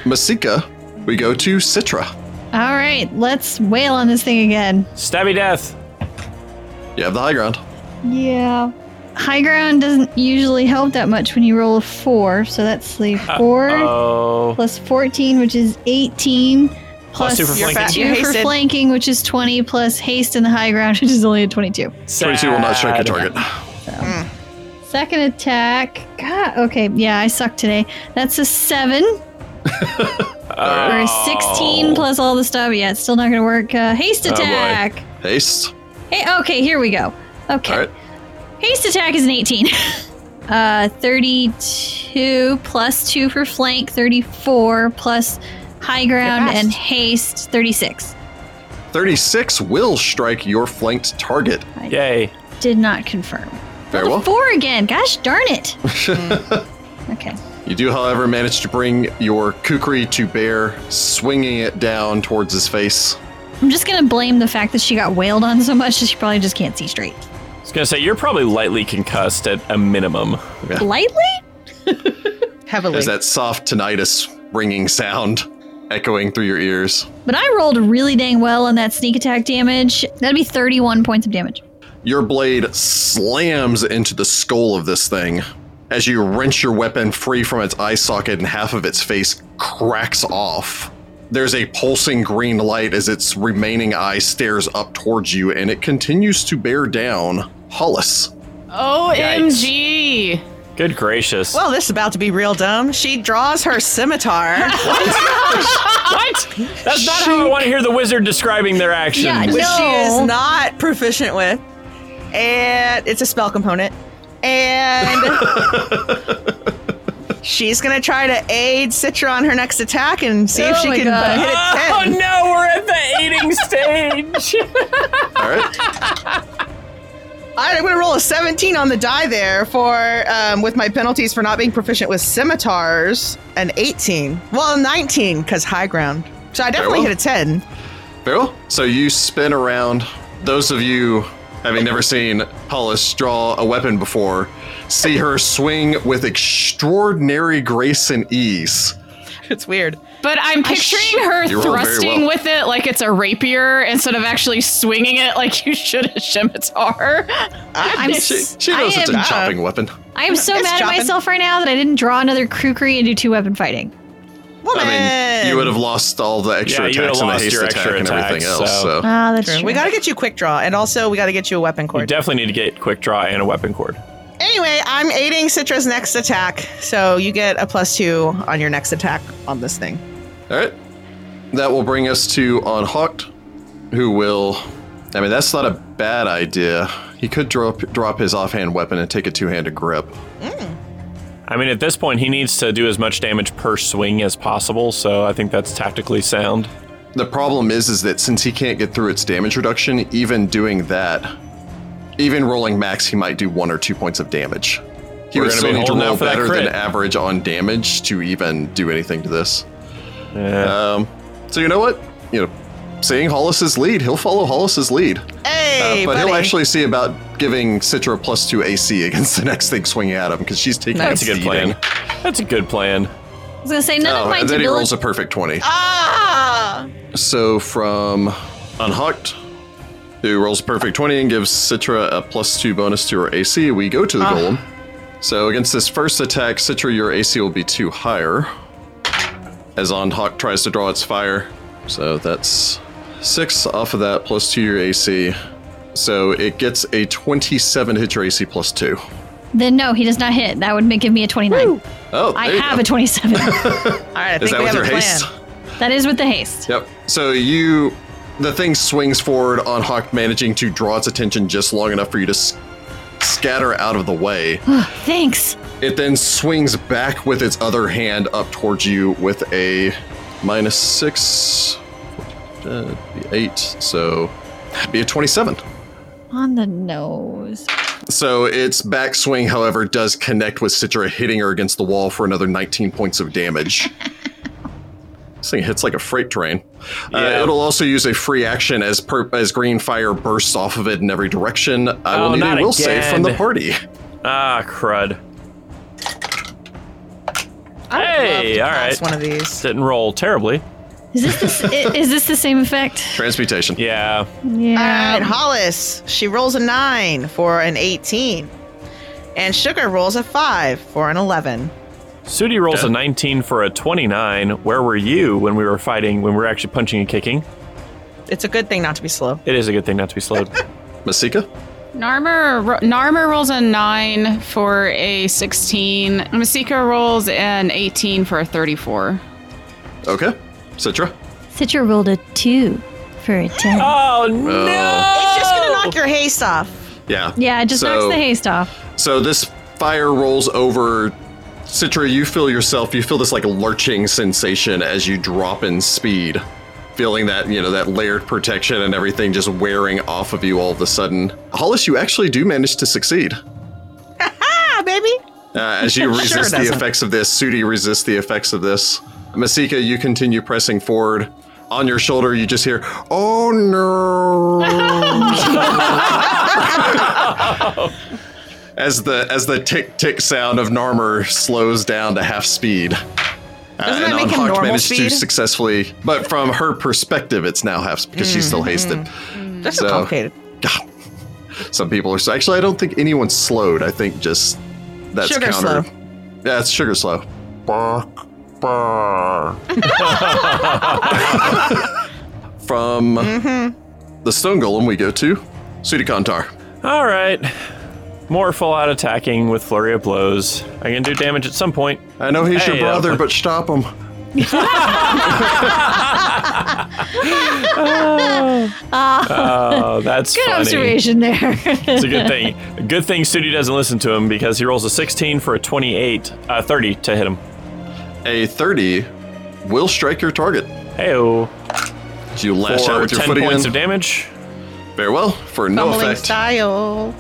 Masika, we go to Citra.
All right, let's wail on this thing again.
Stabby death.
You have the high ground.
Yeah. High ground doesn't usually help that much when you roll a four, so that's the four
Oh.
plus 14, which is 18, plus,
two for
You're fat,
flanking.
two
you're
for
hasted.
flanking, which is 20, plus haste in the high ground, which is only a 22.
22 will not strike a
Sad.
target.
Second attack. God, okay, yeah, I suck today. That's a seven or a 16 plus all the stuff. Yeah, it's still not going to work. Uh, haste
boy.
attack.
Haste.
hey, okay, here we go. Okay.
All right.
Haste attack is an 18. uh, 32 plus 2 for flank, 34 plus high ground
fast.
and haste, 36.
36 will strike your flanked target.
Yay.
Did not confirm.
Very
Rolled a
well.
4 again. Gosh darn it. okay.
You do, however, manage to bring your kukri to bear, swinging it down towards his face.
I'm just going to blame the fact that she got wailed on so much that she probably just can't see straight.
I was gonna say you're probably lightly concussed at a minimum.
Lightly?
heavily.
There's that soft tinnitus ringing sound echoing through your ears.
But I rolled really dang well on that sneak attack damage. That'd be 31 points of damage.
Your blade slams into the skull of this thing as you wrench your weapon free from its eye socket and half of its face cracks off. There's a pulsing green light as its remaining eye stares up towards you and it continues to bear down Hollis.
OMG.
Good gracious.
well, this is about to be real dumb. She draws her scimitar.
what? That's not how I want to hear the wizard describing their actions.
Yeah,
which she is
No.
not proficient with. And it's a spell component. And she's going to try to aid Citra on her next attack and see if
Oh
she
my
can
God.
hit
Oh
it 10.
no, we're at the eating stage.
All right.
I'm going to roll a 17 on the die there for, um, with my penalties for not being proficient with scimitars, an 18. Well, a 19, because high ground. So I definitely
well.
hit a 10.
Very well. So you spin around. Those of you having never seen Hollis draw a weapon before, see her swing with extraordinary grace and ease.
It's weird.
But I'm picturing her
You rolled very
thrusting
well.
with it like it's a rapier instead of actually swinging it like you should a scimitar.
I'm
She,
s-
she knows
I
it's a
am-
chopping weapon.
I am so
It's
mad
chopping.
at myself right now that I didn't draw another Kukri and do two weapon fighting.
Woman.
I mean, you would have lost all the extra
Yeah, you would
attacks
have
and the
lost
haste
your
attack
extra
and everything
attacks,
else. So,
so-
Ah, that's true.
we got to get you quick draw, and also we got to get you a weapon
we
cord.
definitely need to get quick draw and a weapon cord.
Anyway, I'm aiding Citra's next attack, so you get a plus two on your next attack on this thing.
all right. That will bring us to Unhooked, who will. I mean, that's not a bad idea. He could drop drop his offhand weapon and take a two handed grip.
I mean, at this point, he needs to do as much damage per swing as possible, so I think that's tactically sound.
The problem is, is that since he can't get through its damage reduction, even doing that, even rolling max, he might do one or two points of damage. He
We're
would
gonna
still
be
need to
holding out
roll
for that
better than
crit.
average on damage to even do anything to this.
Yeah.
Um, so you know what? You know, seeing Hollis's lead, he'll follow Hollis's lead, Uh,
Hey,
but
buddy.
he'll actually see about giving Citra plus two AC against the next thing swinging at him because she's taking.
that's a
its
good
beating.
plan. That's a good plan.
I was gonna say none of
Oh,
my
and then he
debil-
rolls a perfect twenty.
ah,
So from Unhooked, who rolls perfect 20 and gives Citra a plus two bonus to her AC, we go to the golem. So against this first attack, Citra, your AC will be two higher. As Unhooked tries to draw its fire. So that's six off of that, plus two your AC. So it gets a 27 to hit your AC plus two.
Then no, he does not hit. That would make give me a 29.
Oh,
I
there you
have
go.
a 27.
all right. I
Is
think
that
we
with
have
your
a plan.
haste?
that is with the haste.
Yep. So you, the thing swings forward on Hawk, managing to draw its attention just long enough for you to s- scatter out of the way.
Thanks.
It then swings back with its other hand up towards you with a minus six, uh, be eight, so that'd be a 27.
On the nose.
So its backswing, however, does connect with Citra, hitting her against the wall for another 19 points of damage. this thing hits like a freight train. Uh,
Yeah.
it'll also use a free action as per- as green fire bursts off of it in every direction. I
Oh,
will need
not
a will save from the
again.
party.
Ah, crud.
I would
Hey,
love to
all
pass
right.
One of these.
Didn't roll terribly.
Is this the, s- i- is this the same effect? Um,
Transmutation.
Yeah.
Yeah.
All right, Hollis. She rolls a nine for an 18, and Sugar rolls a five for an 11.
Sudi rolls a 19 for a 29. Where were you when we were fighting, when we were actually punching and kicking?
It's a good thing not to be slow.
It is a good thing not to be slowed.
Masika?
Narmer ro- Narmer rolls a nine for a sixteen. Masika rolls an eighteen for a thirty-four.
Okay. Citra?
Citra rolled a two for a ten.
oh, no!
It's just gonna knock your haste off.
Yeah.
Yeah, it just knocks
So-
the haste off.
So this fire rolls over. Citra, you feel yourself, you feel this like lurching sensation as you drop in speed, feeling that, you know, that layered protection and everything just wearing off of you all of a sudden. Hollis, you actually do manage to succeed.
Ah, baby.
Uh, as you
Sure
resist the
doesn't.
effects of this, Sudi resists the effects of this. Masika, you continue pressing forward. On your shoulder, you just hear, oh no. as the as the tick tick sound of Narmer slows down to half speed. Uh,
Doesn't that make him
Anhawk
normal
managed to
speed?
successfully, but from her perspective, it's now half because she's still hasted.
That's
So-
complicated.
God. Some people are actually. I don't think anyone's slowed. I think just that's
Sugar
counter.
slow.
Yeah, it's sugar slow.
Bark, bark.
From the stone golem, we go to Sudikantar.
All right. More full out attacking with flurry of blows. I can do damage at some point.
I know he's
Hey,
your brother,
uh,
but stop him.
Oh, that's
Good
funny.
observation there.
It's a good thing. Good thing Sudi doesn't listen to him because he rolls a 16 for a 28, uh, 30 to hit him.
A thirty will strike your target.
Heyo.
You lash out
For
with your
10
foot
points
again.
of damage.
Farewell for no
Pummeling
effect.
style.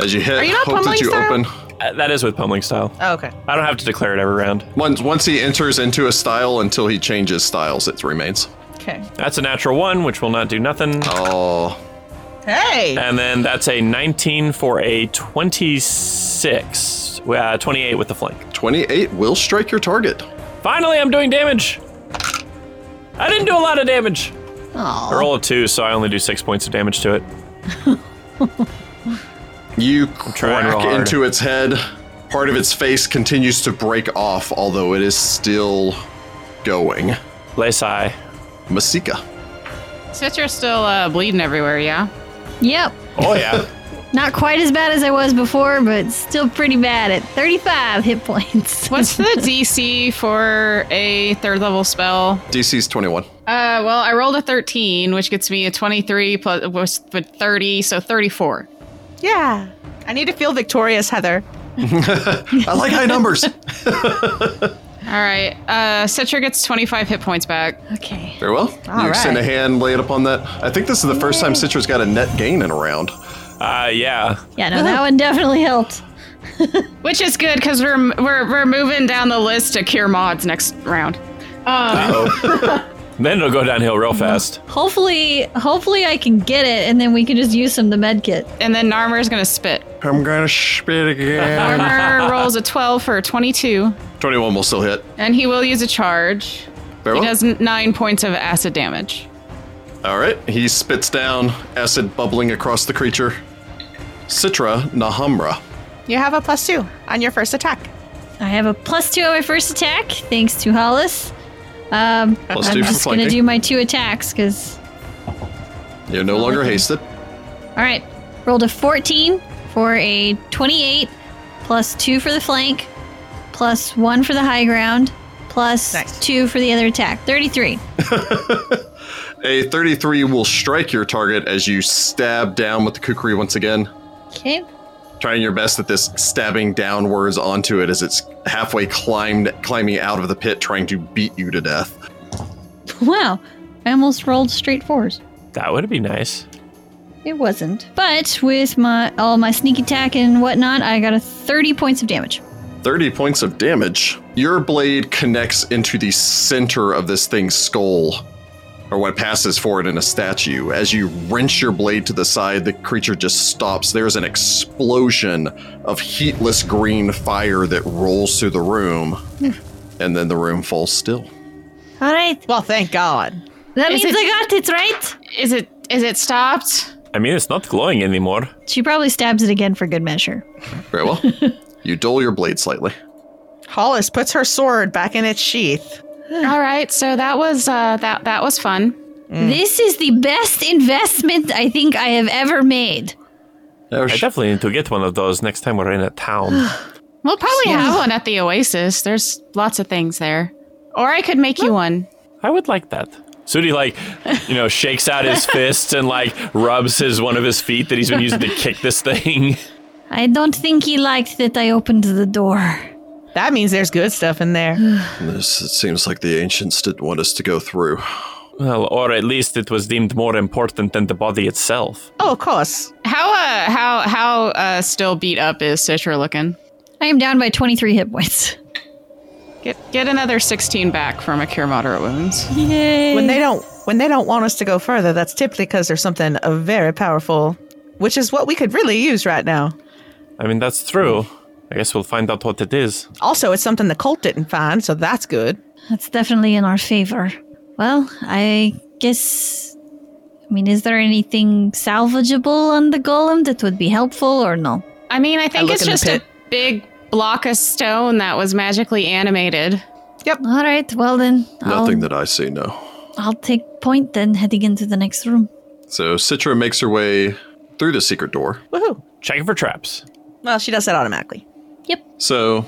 As you hit,
you not
hope that
pummeling
you
style?
open.
Uh, that is with pummeling style.
Oh, okay.
I don't have to declare it every round.
Once once he enters into a style until he changes styles, it remains.
Okay.
That's a natural one, which will not do nothing.
Oh,
Hey.
Uh,
And then that's a 19 for a 26. Uh, 28 with the flank.
28 will strike your target.
Finally, I'm doing damage. I didn't do a lot of damage. I
Aw.
roll a two, so I only do six points of damage to it.
You
trying real
crack
hard.
into its head. Part of its face continues to break off, although it is still going.
Lesai.
Masika.
Citra's still uh, bleeding everywhere. Yeah.
Yep.
Oh, yeah.
Not quite as bad as I was before, but still pretty bad at 35 hit points.
What's the DC for a third level spell?
DC's 21.
Uh, well, I rolled a 13, which gets me a 23 plus was with 30, so 34.
Yeah. I need to feel victorious, Heather.
I like high numbers.
All right. Uh, Citra gets 25 hit points back.
Okay.
Very well.
All
you extend
right.
a hand, lay it upon that. I think this is the first time Citra's got a net gain in a round.
Uh, yeah.
Yeah, no, that one definitely helped.
Which is good because we're, we're we're moving down the list to cure mods next round.
Then it'll go downhill real fast.
Hopefully, hopefully I can get it, and then we can just use some of the med kit.
And then Narmer is gonna spit.
I'm going to spit again.
Narmer rolls a 12 for a 22,
21 will still hit.
and he will use a charge.
Very
He
well.
does n- nine points of acid damage.
All right. He spits down, acid bubbling across the creature. Citra Nahamra.
You have a plus two on your first attack.
I have a plus two on my first attack, thanks to Hollis. Um,
Plus
I'm
two for
just gonna
flanking.
do my two attacks because.
You're no longer hasted.
All right, rolled a 14 for a 28, plus two for the flank, plus one for the high ground, plus
Nice.
two for the other attack. 33.
A 33 will strike your target as you stab down with the kukri once again,
Okay.
trying your best at this stabbing downwards onto it as it's halfway climbed climbing out of the pit trying to beat you to death.
Wow, I almost rolled straight fours.
That would be nice.
It wasn't. But with my all my sneak attack and whatnot, I got a 30 points of damage.
30 points of damage. Your blade connects into the center of this thing's skull, or what passes for it in a statue. As you wrench your blade to the side, the creature just stops. There's an explosion of heatless green fire that rolls through the room, and then the room falls still.
All right,
Well, thank God.
that
Is
means
it-
I got it right.
Is it is it stopped?
I mean, it's not glowing anymore.
She probably stabs it again for good measure.
Very well. you dull your blade slightly.
Hollis puts her sword back in its sheath.
All right, so that was uh, that that was fun.
This is the best investment I think I have ever made.
I definitely need to get one of those next time we're in a town.
We'll probably have one at the Oasis. There's lots of things there. Or I could make you one.
I would like that. Sudi like, you know, shakes out his fists and like rubs his one of his feet that he's been using to kick this thing.
I don't think he liked that I opened the door.
That means there's good stuff in there.
This it seems like the ancients didn't want us to go through.
Well, or at least it was deemed more important than the body itself.
Oh, of course.
How uh how how uh still beat up is Citra looking?
I am down by 23 hit points.
Get get another 16 back from a cure moderate wounds.
Yay.
When they don't when they don't want us to go further, that's typically because there's something uh, very powerful, which is what we could really use right now.
I mean, that's true. I guess we'll find out what it is.
Also, it's something the cult didn't find, so that's good.
That's definitely in our favor. Well, I guess. I mean, is there anything salvageable on the golem that would be helpful or no?
I mean, I think
look
it's
in the
just a
pit.
big block of stone that was magically animated.
All right, well then, I'll,
Nothing that I see, no.
I'll take point then, heading into the next room.
So Citra makes her way through the secret door.
Woohoo.
Checking for traps.
Well, she does that automatically.
So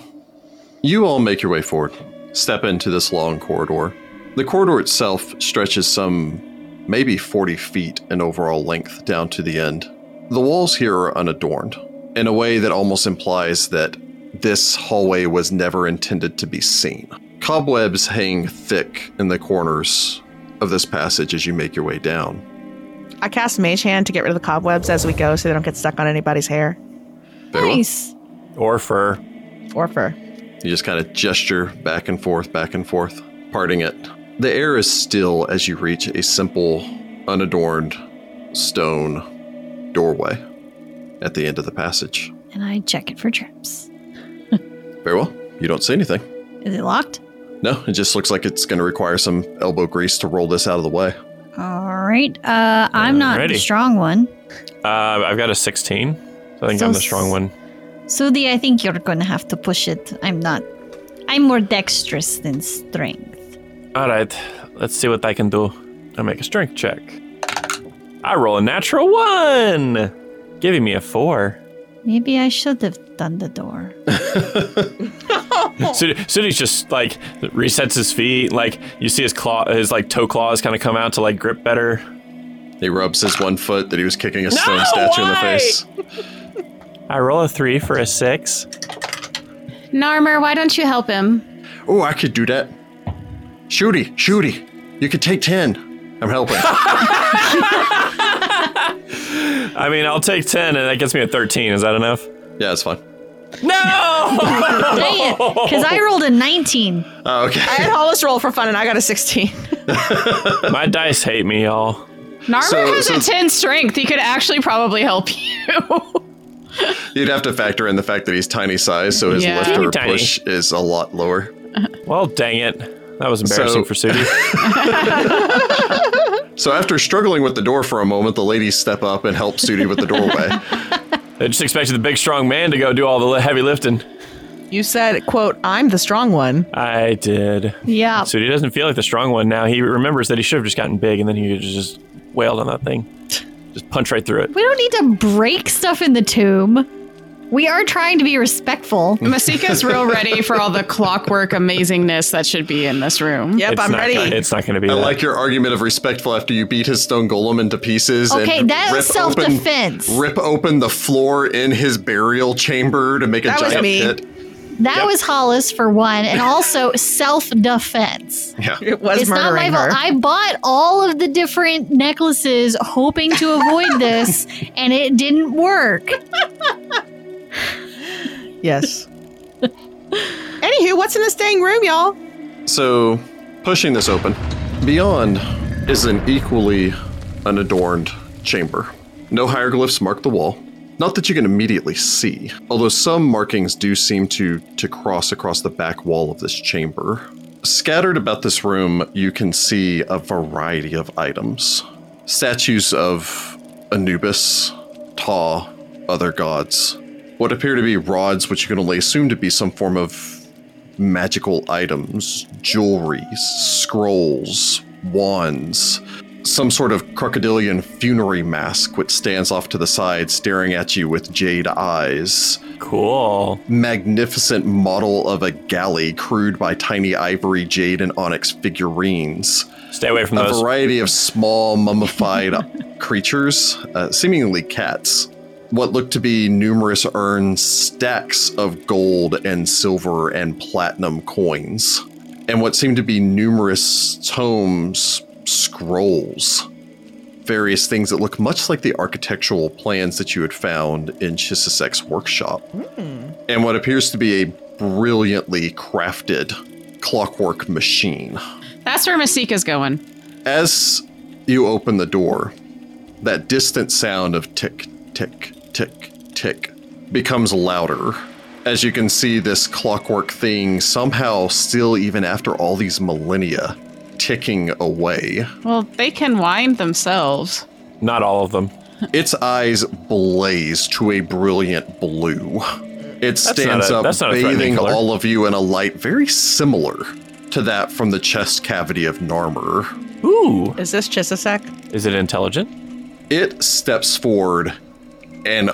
you all make your way forward, step into this long corridor. The corridor itself stretches some maybe 40 feet in overall length down to the end. The walls here are unadorned in a way that almost implies that this hallway was never intended to be seen. Cobwebs hang thick in the corners of this passage as you make your way down.
I cast Mage Hand to get rid of the cobwebs as we go so they don't get stuck on anybody's hair
Very well.
Nice.
Or fur.
or fur.
You just kind of gesture back and forth, back and forth, parting it. The air is still as you reach a simple, unadorned stone doorway at the end of the passage.
And I check it for traps.
Very well. You don't see anything.
Is it locked?
No, it just looks like it's going to require some elbow grease to roll this out of the way.
All right. Uh, I'm not
Alrighty.
the strong one.
Uh, I've got a 16. So I think
So
I'm the strong one.
Sudi, I think you're gonna have to push it. I'm not. I'm more dexterous than strength.
All right, let's see what I can do. I make a strength check. I roll a natural one, giving me a four.
Maybe I should have done the door.
Sudi Sudi's just like resets his feet. Like you see his claw, his like toe claws kind of come out to like grip better.
He rubs his one foot that he was kicking a stone statue in the
why?
face.
I roll a three for a six.
Narmer, why don't you help him?
Oh, I could do that. Shooty, shooty. You could take 10. I'm helping.
I mean, I'll take ten, and that gets me a thirteen. Is that enough?
yeah, it's fine.
No.
Dang it! Because I rolled a 19.
Oh, okay.
I had Hollis roll for fun and I got a 16.
My dice hate me, y'all.
Narmer
So-
has
so-
a 10 strength. He could actually probably help you.
You'd have to factor in the fact that he's tiny size, so his
Yeah.
left
Teeny
over
tiny.
push is a lot lower.
Well, dang it. That was
So-
embarrassing for Sudi.
So after struggling with the door for a moment, the ladies step up and help Sudi with the doorway.
I just expected the big strong man to go do all the li- heavy lifting.
You said, quote, I'm the strong one.
I did.
Yeah.
So he doesn't feel like the strong one now. He remembers that he should have just gotten big, and then he just wailed on that thing, just punch right through it.
We don't need to break stuff in the tomb. We are trying to be respectful.
Masika's real ready for all the clockwork amazingness that should be in this room.
Yep,
It's
I'm
not
ready.
gonna- it's not going to be.
I
that.
like your argument of respectful after you beat his stone golem into pieces.
Okay,
and
that was
rip open-
self-defense.
Rip open the floor in his burial chamber to make a
That was
giant
me.
pit.
That
Yep.
was Hollis for one, and also self defense.
Yeah.
It was
it's not my
murdering
fault.
her.
I bought all of the different necklaces hoping to avoid this, and it didn't work.
yes. Anywho, what's in this dang room, y'all?
So, pushing this open, beyond is an equally unadorned chamber. No hieroglyphs mark the wall. Not that you can immediately see, although some markings do seem to, to cross across the back wall of this chamber. Scattered about this room, you can see a variety of items statues of Anubis, Ta, other gods, what appear to be rods, which you can only assume to be some form of magical items, jewelry, scrolls, wands, some sort of crocodilian funerary mask which stands off to the side staring at you with jade eyes,
Cool.
magnificent model of a galley crewed by tiny ivory, jade, and onyx figurines,
Stay away from
a
those.
variety of small mummified creatures, uh, seemingly cats. What look to be numerous urns, stacks of gold and silver and platinum coins, and what seem to be numerous tomes, scrolls, various things that look much like the architectural plans that you had found in Chisisek's workshop, and what appears to be a brilliantly crafted clockwork machine
That's where Masika's going.
as you open the door, that distant sound of tick, tick, tick, tick becomes louder. As you can see, this clockwork thing somehow, still even after all these millennia, ticking away.
Well, they can wind themselves.
Not all of them.
Its eyes blaze to a brilliant blue. It stands
not a-
up,
that's not a threatening
bathing
color.
all of you in a light very similar to that from the chest cavity of Narmer.
Ooh.
Is this Chisisek?
Is it intelligent?
It steps forward and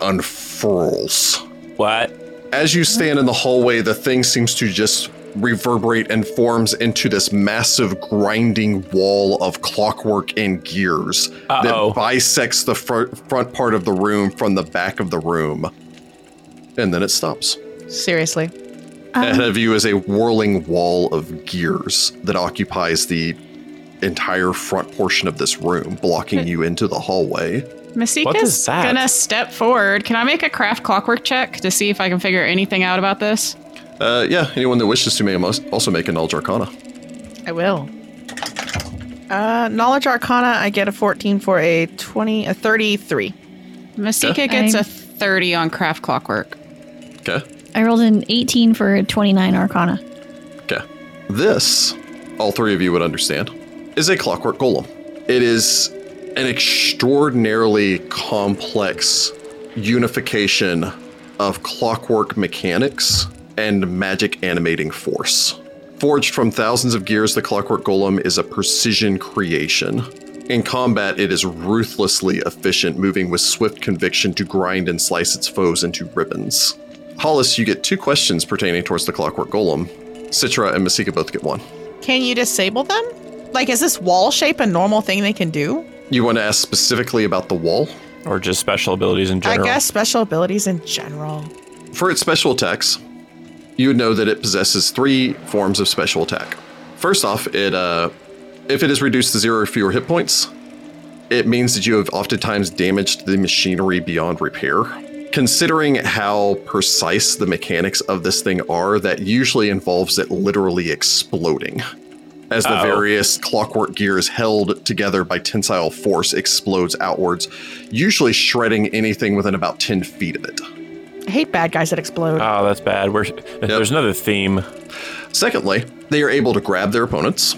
unfurls.
What?
As you stand in the hallway, the thing seems to just reverberate and forms into this massive grinding wall of clockwork and gears
Uh-oh.
that bisects the fr- front part of the room from the back of the room. And then it stops.
Seriously.
Ahead of you is a whirling wall of gears that occupies the entire front portion of this room, blocking you into the hallway.
What is
Masika's
that?
gonna step forward. Can I make a craft clockwork check to see if I can figure anything out about this?
Uh, yeah, anyone that wishes to may must also make a knowledge arcana.
I will. Uh, knowledge arcana, I get a 14 for a 20, a 33.
Masika gets
I'm-
a 30 on craft clockwork.
Okay.
I rolled an 18 for a 29 Arcana.
Okay. This, all three of you would understand, is a clockwork golem. It is an extraordinarily complex unification of clockwork mechanics and magic animating force. Forged from thousands of gears, the clockwork golem is a precision creation. In combat, it is ruthlessly efficient, moving with swift conviction to grind and slice its foes into ribbons. Hollis, you get two questions pertaining towards the clockwork golem. Citra and Masika both get one.
Can you disable them? Like, is this wall shape a normal thing they can do?
You want to ask specifically about the wall?
Or just special abilities in
I
general?
guess special abilities in general.
For its special attacks, you would know that it possesses three forms of special attack. First off, it uh, if it is reduced to zero or fewer hit points, it means that you have oftentimes damaged the machinery beyond repair. Considering how precise the mechanics of this thing are, that usually involves it literally exploding. As the
Uh-oh.
various clockwork gears held together by tensile force explodes outwards, usually shredding anything within about 10 feet of it.
I hate bad guys that explode.
Oh, that's bad. We're, There's another theme.
Secondly, they are able to grab their opponents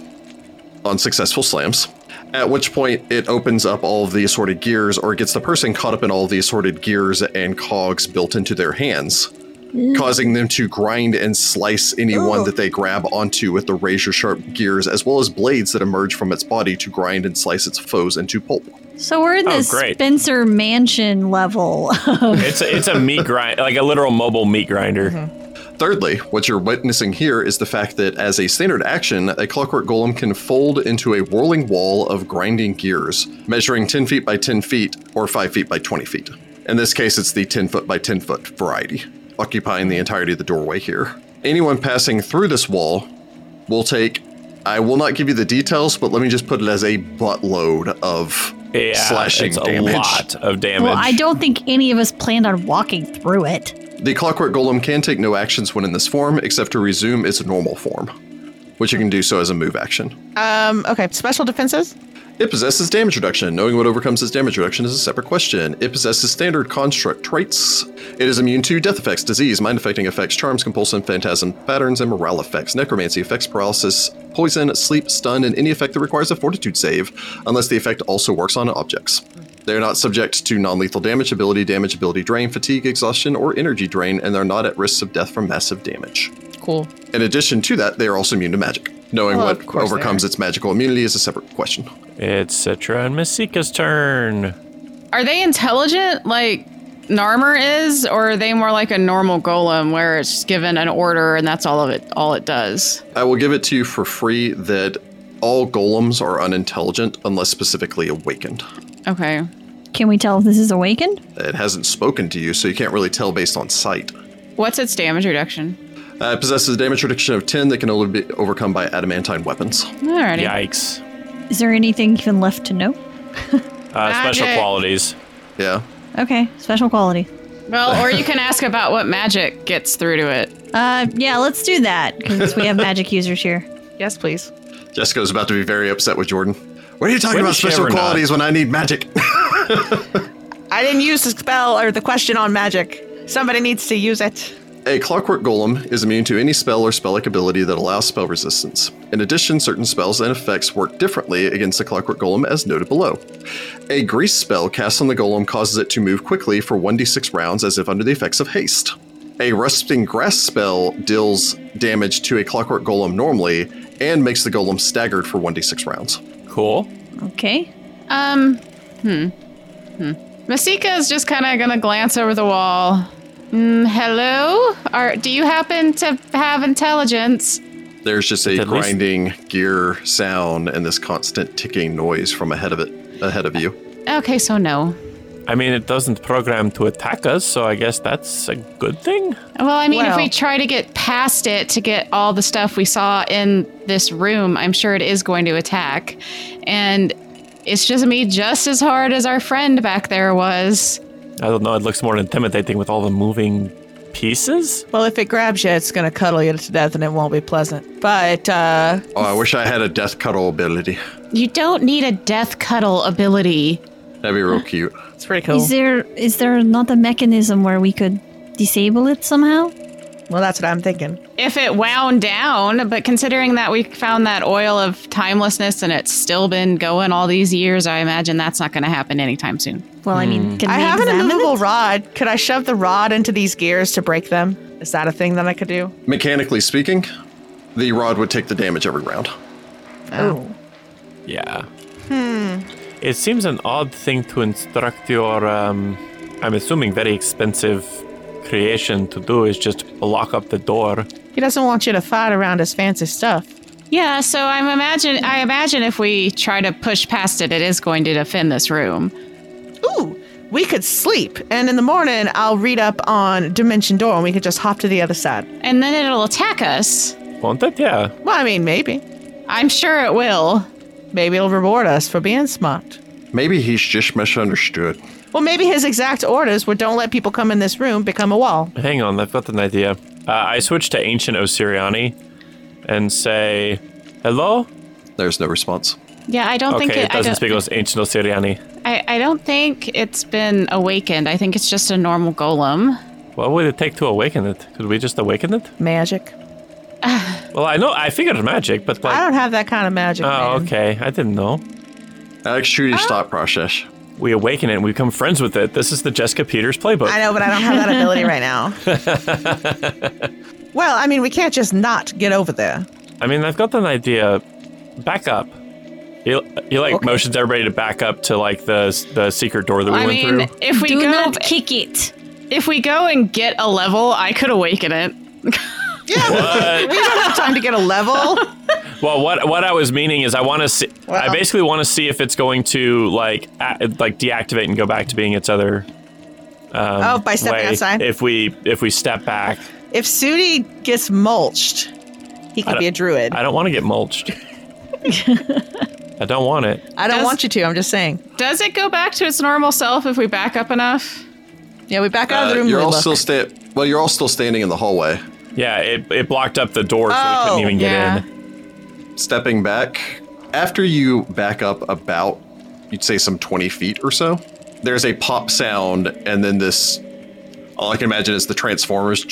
on successful slams, at which point it opens up all of the assorted gears or gets the person caught up in all of the assorted gears and cogs built into their hands, causing them to grind and slice anyone that they grab onto with the razor sharp gears, as well as blades that emerge from its body to grind and slice its foes into pulp.
So we're in
Oh,
this
great.
Spencer Mansion level.
It's a, it's a meat grind, like a literal mobile meat grinder.
Mm-hmm.
Thirdly, what you're witnessing here is the fact that as a standard action, a clockwork golem can fold into a whirling wall of grinding gears, measuring 10 feet by 10 feet or 5 feet by 20 feet. In this case, it's the 10 foot by 10 foot variety, occupying the entirety of the doorway here. anyone passing through this wall will take. I will not give you the details, but let me just put it as a buttload of
Yeah,
slashing
it's a
damage.
lot of damage.
Well, I don't think any of us planned on walking through it.
The clockwork golem can take no actions when in this form, except to resume its normal form, which it can do so as a move action.
Um, okay, special defenses.
It possesses damage reduction. Knowing what overcomes its damage reduction is a separate question. It possesses standard construct traits. It is immune to death effects, disease, mind affecting effects, charms, compulsion, phantasm patterns, and morale effects, necromancy effects, paralysis, poison, sleep, stun, and any effect that requires a fortitude save, unless the effect also works on objects. They are not subject to non lethal damage, ability damage, ability drain, fatigue, exhaustion, or energy drain, and they're not at risk of death from massive damage.
Cool.
In addition to that, they are also immune to magic. Knowing
Well, of
what
course they
overcomes
are.
its magical immunity is a separate question.
it's Citra and Masika's turn.
Are they intelligent like Narmer is, or are they more like a normal golem where it's given an order and that's all of it all it does?
I will give it to you for free that all golems are unintelligent unless specifically awakened.
Okay.
Can we tell if this is awakened?
It hasn't spoken to you, so you can't really tell based on sight.
What's its damage reduction?
Uh, it possesses a damage reduction of 10 that can only be overcome by adamantine weapons.
Alrighty.
Yikes.
Is there anything even left to know?
Uh, special
Magic.
qualities.
Yeah.
Okay, special quality.
Well, or you can ask about what magic gets through to it.
Uh, yeah, let's do that because we have magic users here.
Yes, please.
Jessica's about to be very upset with Jordan. What are you talking
When
about
is she
special
ever not?
qualities when I need magic?
I didn't use the spell or the question on magic. Somebody needs to use it.
A clockwork golem is immune to any spell or spell-like ability that allows spell resistance. In addition, certain spells and effects work differently against the clockwork golem as noted below. A grease spell cast on the golem causes it to move quickly for 1d6 rounds as if under the effects of haste. A rusting grass spell deals damage to a clockwork golem normally and makes the golem staggered for 1d6 rounds.
Cool.
Okay.
Um, hmm. Hmm. Masika is just kind of going to glance over the wall. Mm, hello? Are, do you happen to have intelligence?
There's just a
At least-
grinding gear sound and this constant ticking noise from ahead of it ahead of you.
Okay, so no.
I mean, it doesn't program to attack us, so I guess that's a good thing.
Well, I mean, if we
Well-
try to get past it to get all the stuff we saw in this room, I'm sure it is going to attack. And it's just me just as hard as our friend back there was.
I don't know. It looks more intimidating with all the moving pieces.
Well, if it grabs you, it's gonna cuddle you to death, and it won't be pleasant. But uh,
Oh, I wish I had a death cuddle ability.
You don't need a death cuddle ability.
That'd be real cute.
it's pretty cool.
Is there is there not a mechanism where we could disable it somehow?
Well, that's what I'm thinking.
if it wound down, but considering that we found that oil of timelessness and it's still been going all these years, I imagine that's not going to happen anytime soon.
Well, I
Hmm.
mean, can
I
we
have an
examine
immovable
it?
rod. Could I shove the rod into these gears to break them? Is that a thing that I could do?
Mechanically speaking, the rod would take the damage every round.
Oh.
Yeah. Hmm. It seems an odd thing to instruct your, um, I'm assuming, very expensive creation to do is just lock up the door.
He doesn't want you to fight around his fancy stuff.
Yeah, so I'm imagine I imagine if we try to push past it, it is going to defend this room.
Ooh, we could sleep, and in the morning I'll read up on Dimension Door, and we could just hop to the other side.
And then it'll attack us.
Won't it? Yeah.
Well, I mean, maybe,
I'm sure it will.
maybe it'll reward us for being smart.
Maybe he's just misunderstood.
Well, maybe his exact orders were don't let people come in this room, become a wall.
Hang on, I've got an idea. Uh, I switch to ancient Osiriani and say, "Hello."
There's no response.
Yeah, I don't think
Okay,
it,
it
I,
doesn't
don't,
speak Os- ancient Osiriani.
I, I don't think it's been awakened. I think it's just a normal golem.
What would it take to awaken it? Could we just awaken it?
Magic.
Well, I know I figured magic, but
I
like,
don't have that kind of magic.
oh,
man.
okay, I didn't know.
Alex, shoot his thought process.
We awaken it and we become friends with it. This is the Jessica Peters playbook.
I know, but I don't have that ability right now. well, I mean, we can't just not get over there.
I mean, I've got an idea. Back up. He, he like
Okay.
motions everybody to back up to like the the secret door that we
I
went
mean,
through.
if we
Do
go
not kick it.
If we go and get a level, I could awaken it.
Yeah, we don't have time to get a level.
Um, Well, what what I was meaning is I want to see. I
Well-
basically want to see if it's going to like a, like deactivate and go back to being its other. Um,
Oh, by stepping
way
outside?
If we if we step back,
If Sudi gets mulched, he
I
could be a druid. I
I don't want to get mulched. I don't want it.
don't,
Does-
want you to. I'm just saying.
Does it go back to its normal self if we back up enough?
Yeah, we back out
Uh,
of the room. and
you're
we
all
look.
still sta- well, you're all still standing in the hallway.
Yeah, it, it blocked up the door, so
Oh,
we couldn't even get
yeah.
in.
Stepping back, after you back up about, you'd say some 20 feet or so, there's a pop sound, and then this, all I can imagine is the Transformers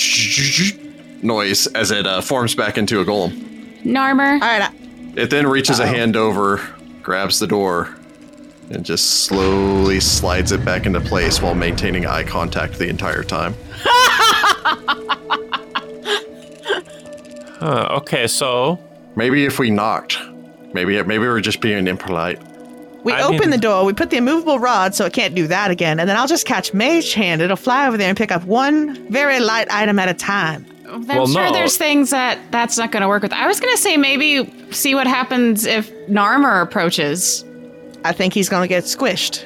noise as it uh, forms back into a golem.
Narmer.
all right. I-
It then reaches a hand over, grabs the door, and just slowly slides it back into place while maintaining eye contact the entire time.
Huh, Uh, okay, so
Maybe if we knocked, maybe maybe we're just being impolite.
We
I
open
mean-
the door, we put the immovable rod so it can't do that again, and then I'll just catch Mage Hand. It'll fly over there and pick up one very light item at a time.
I'm
Well,
sure
no.
there's things that that's not going to work with. I was going to say maybe see what happens if Narmer approaches.
I think he's gonna get squished.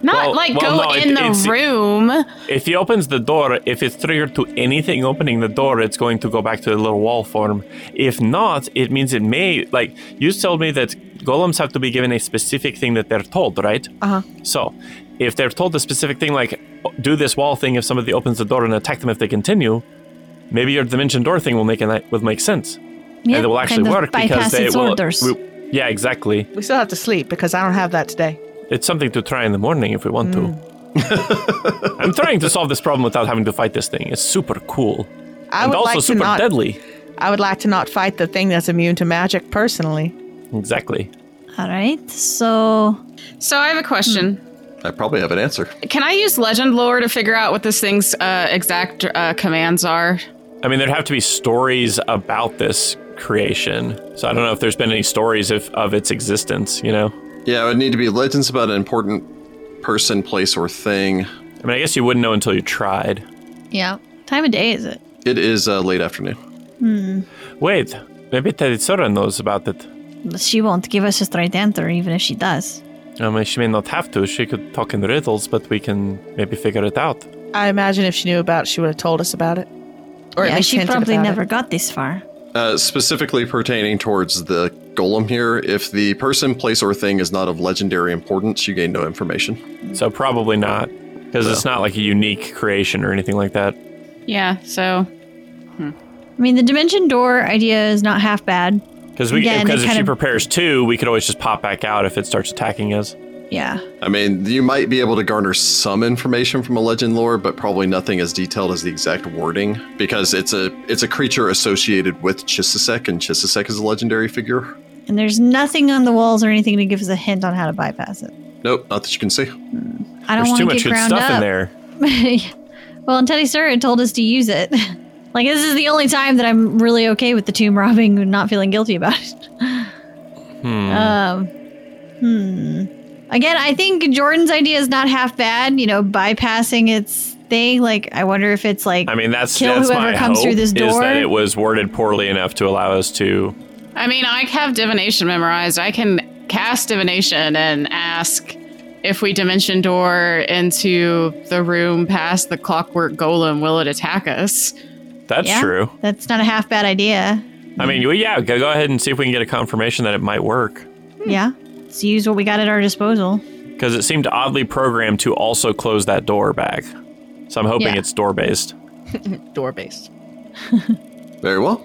Not
Well-
like
well,
go
no, it-
in
it's-
the room.
if he opens the door, if it's triggered to anything opening the door, it's going to go back to the little wall form. If not, it means it may. Like you told me that golems have to be given a specific thing that they're told, right?
Uh-huh.
Uh huh.
So, if they're told the specific thing, like do this wall thing, if somebody opens the door and attack them if they continue, maybe your dimension door thing will make an, will make sense, and it will actually
kind of
work because
bypass
they
its
will.
orders.
we- yeah, exactly.
We still have to sleep because I don't have that today.
It's something to try in the morning if we want
Mm.
to. I'm trying to solve this problem without having to fight this thing. It's super cool.
I
and
would
also
like to
super
not.
deadly.
I would like to not fight the thing that's immune to magic personally.
Exactly.
All right, so
So I have a question.
I probably have an answer.
Can I use legend lore to figure out what this thing's uh, exact uh, commands are?
I mean, there'd have to be stories about this creation. So I don't know if there's been any stories of, of its existence, you know?
Yeah, it would need to be legends about an important person, place, or thing.
I mean, I guess you wouldn't know until you tried.
yeah, time of day is it?
It is uh, late afternoon.
Wait, maybe Teritsura knows about it.
She won't give us a straight answer, even if she does.
I mean, she may not have to. She could talk in riddles, but we can maybe figure it out.
I imagine if she knew about, it, she would have told us about it. Or at
yeah,
least
she
hinted
probably
about
never
It.
got this far.
Uh, specifically pertaining towards the golem here, if the person, place, or thing is not of legendary importance, you gain no information.
So probably not, because it's not like a unique creation or anything like that.
Yeah, so
I mean, the dimension door idea is not half bad.
Because we,
Again,
because
it
if she
kinda-
prepares two, we could always just pop back out if it starts attacking us.
Yeah,
I mean, you might be able to garner some information from a legend lore, but probably nothing as detailed as the exact wording, because it's a it's a creature associated with Chisisek, and Chisisek is a legendary figure.
and there's nothing on the walls or anything to give us a hint on how to bypass it.
Nope, not that you can see.
I don't
There's
want
too much
to get
good
ground
stuff
up.
in there.
well, and Teddy Sir had told us to use it. like this is the only time that I'm really okay with the tomb robbing and not feeling guilty about it. Um, hmm. Again, I think Jordan's idea is not half bad. You know, bypassing its thing. Like, I wonder if it's like
I mean, that's
Kill
that's
whoever
my
comes
hope
through this
is
door.
that it was worded poorly enough to allow us to.
I mean, I have divination memorized. I can cast divination and ask if we dimension door into the room past the clockwork golem, will it attack us?
That's
yeah,
true.
That's not a half bad idea.
I mean, well, yeah, go go ahead and see if we can get a confirmation that it might work.
Yeah, let's use what we got at our disposal.
Because it seemed oddly programmed to also close that door back. So I'm hoping
Yeah.
it's door based.
Door based.
Very well.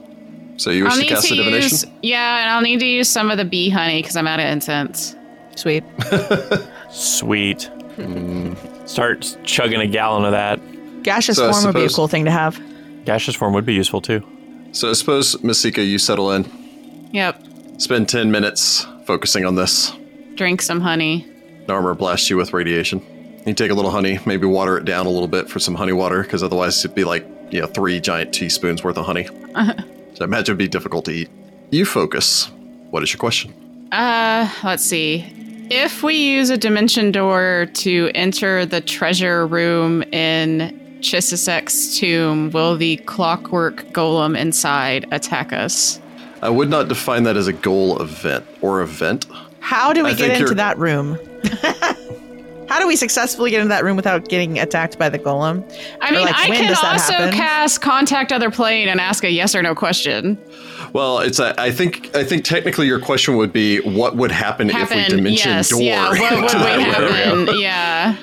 So you wish to cast a divination?
use yeah, and I'll need to use some of the bee honey because I'm out of incense.
Sweet.
Sweet. Start chugging a gallon of that.
Gaseous
So I
form would be a
suppose-
cool thing to have.
Gaseous form would be useful too.
So I suppose, Masika, you settle in.
Yep,
Spend 10 minutes focusing on this.
drink some honey.
Narmer blasts you with radiation. You take a little honey, maybe water it down a little bit for some honey water, because otherwise it'd be like, you know, three giant teaspoons worth of honey. so I imagine it'd be difficult to eat. You focus. What is your question?
Uh, let's see. If we use a dimension door to enter the treasure room in Chisisek's tomb, will the clockwork golem inside attack us?
I would not define that as a goal event or event.
How do we
I
get
think
into
you're-
that room? How do we successfully get into that room without getting attacked by the golem?
I
Or,
mean,
like,
I
when
can
does that
also
happen?
cast contact other plane and ask a yes or no question.
Well, it's a, I think I think technically your question would be what would happen, if we
Happen,
dimension
yes,
door
yeah. What would
into
we
that room?
happen? Yeah,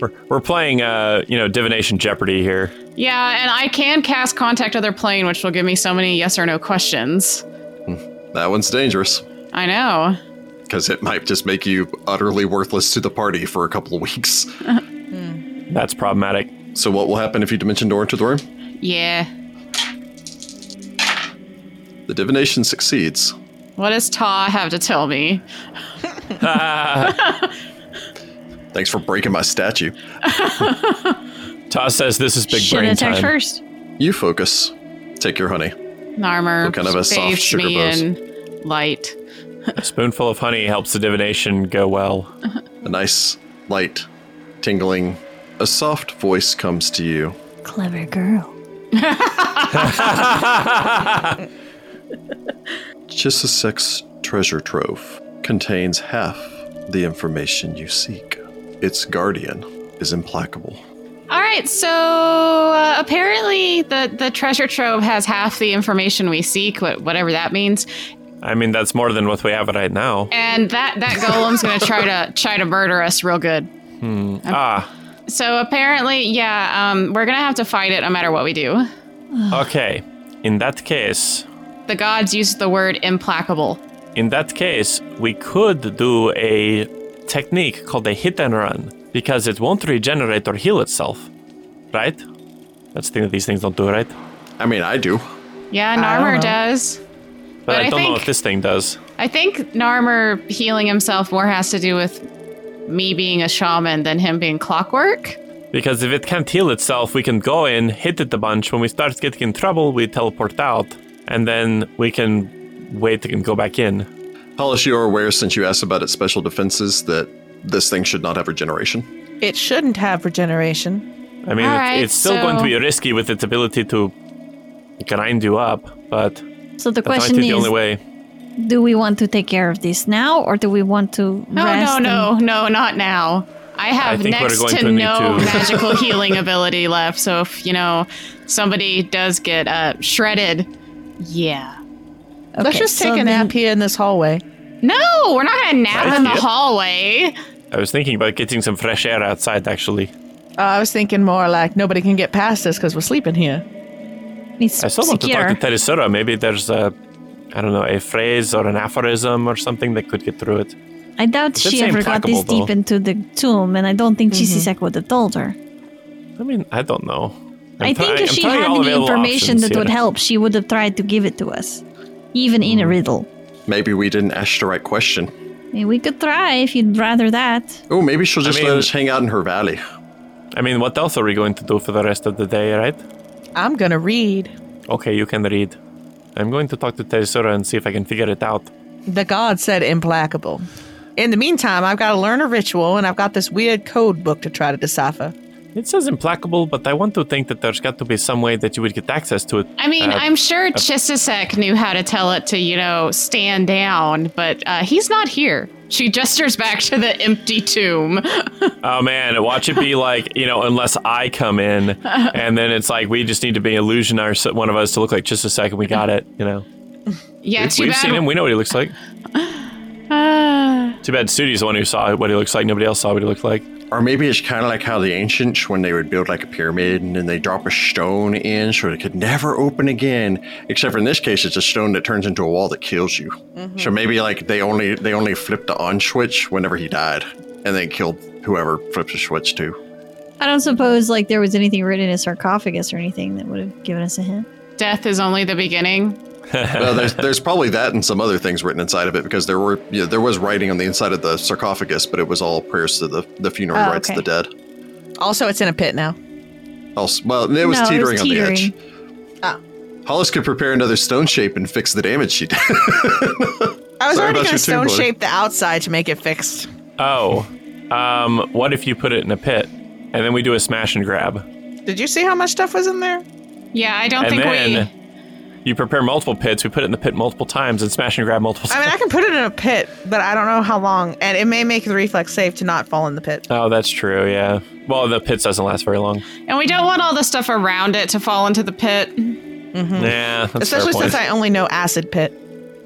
We're, we're playing, uh, you know, divination Jeopardy here.
yeah, and I can cast contact other plane, which will give me so many yes or no questions.
That one's dangerous
I know.
because it might just make you utterly worthless to the party for a couple of weeks.
That's problematic.
So what will happen if you dimension door into the room?
Yeah.
The divination succeeds.
What does Ta have to tell me?
Thanks for breaking my statue.
Toss says this is big
Should
brain
attack
time.
first.
You focus. Take your honey.
Narmer
What kind of a soft
bathed
sugar
me
buzz?
in light.
A spoonful of honey helps the divination go well.
A nice, light, tingling. A soft voice comes to you.
Clever girl.
Chisisek's treasure trove contains half the information you seek. Its guardian is implacable.
All right, so uh, apparently the, the treasure trove has half the information we seek, wha- whatever that means,
I mean, that's more than what we have right now.
and that that golem's gonna try to try to murder us real good.
Ah,
So apparently, yeah, um, we're gonna have to fight it no matter what we do.
okay. In that case,
The gods used the word implacable.
in that case, we could do a technique called a hit and run because it won't regenerate or heal itself, right? That's the thing that these things don't do, right?
I mean, I do.
Yeah,
don't
Narmer
know.
does.
But,
But
I,
I
don't know
think-
if this thing does.
I think Narmer healing himself more has to do with me being a shaman than him being clockwork.
Because if it can't heal itself, we can go in, hit it a bunch. When we start getting in trouble, we teleport out, and then we can wait and go back in.
Hollis, you are aware since you asked about its special defenses that this thing should not have regeneration.
It shouldn't have regeneration.
I mean,
All
it-
right,
it's still going to
so-
be risky with its ability to grind you up, but
So the
that's I
question
think the only
is,
way.
do we want to take care of this now, or do we want to
No,
rest?
no,
and-
no, no, not now. I have
think we're
next
going
to,
to need
no
to-
magical healing ability left. So if you know somebody does get uh, shredded, yeah.
Let's
Okay,
just take
so
a
then-
nap here in this hallway.
No, we're not gonna nap
Right,
in the
yeah.
hallway.
I was thinking about getting some fresh air outside, actually.
Uh, I was thinking more like nobody can get past us because we're sleeping here.
It's
I still want to
secure.
talk to Teresura. Maybe there's a, I don't know, a phrase or an aphorism or something that could get through it.
I doubt
Did
she
say
ever got this
implacable,
deep
though.
into the tomb, and I don't think
Mm-hmm.
Chisisek would have told her.
I mean, I don't know. I'm
i think
try-
if
I'm
she
trying
had
all
any
available
information
options
that would
here. Mm.
help, she would have tried to give it to us, even in a riddle.
Maybe we didn't ask the right question.
I mean, we could try if you'd rather that.
Oh, maybe she'll just
mean-
let us hang out in her valley.
I mean, what else are we going to do for the rest of the day, right?
I'm gonna read.
Okay, you can read. I'm going to talk to Teresura and see if I can figure it out.
The god said implacable. In the meantime, I've got to learn a ritual and I've got this weird code book to try to decipher.
It says implacable, but I want to think that there's got to be some way that you would get access to it.
I mean,
Uh,
I'm sure Chisisek knew how to tell it to, you know, stand down, but uh, he's not here. She gestures back to the empty tomb.
Oh man, watch it be like you know, unless I come in, and then it's like we just need to be illusion our one of us to look like just a second. We got it, you know.
Yeah,
We've,
too
we've
bad.
seen him. We know what he looks like.
Ah.
Too bad Sudi's the one who saw what he looks like. Nobody else saw what he looked like.
Or maybe it's kind of like how the ancients, when they would build like a pyramid and then they drop a stone in so it could never open again. Except for in this case, it's a stone that turns into a wall that kills you.
Mm-hmm.
So maybe like they only they only flipped the on switch whenever he died, and then killed whoever flipped the switch to.
I don't suppose like there was anything written in a sarcophagus or anything that would have given us a hint.
Death is only the beginning.
well, there's there's probably that and some other things written inside of it because there were yeah there was writing on the inside of the sarcophagus, but it was all prayers to the the funeral
Oh,
rites
okay.
of the dead.
Also, it's in a pit now.
Also, well, it was
No, it was
teetering on the edge.
Ah.
Hollis could prepare another stone shape and fix the damage she did.
I was
Sorry
already
about
gonna
your tomb,
stone
buddy.
shape the outside to make it fixed.
Oh, um, what if you put it in a pit, and then we do a smash and grab,
Did you see how much stuff was in there?
Yeah, I don't
and
think
then
we.
You prepare multiple pits. We put it in the pit multiple times and smash and grab multiple
I
times.
mean, I can put it in a pit, but I don't know how long, and it may make the reflex save to not fall in the pit.
oh, that's true. Yeah. Well, the pits doesn't last very long.
And we don't want all the stuff around it to fall into the pit.
Yeah. That's a fair
Especially
point.
since I only know acid pit.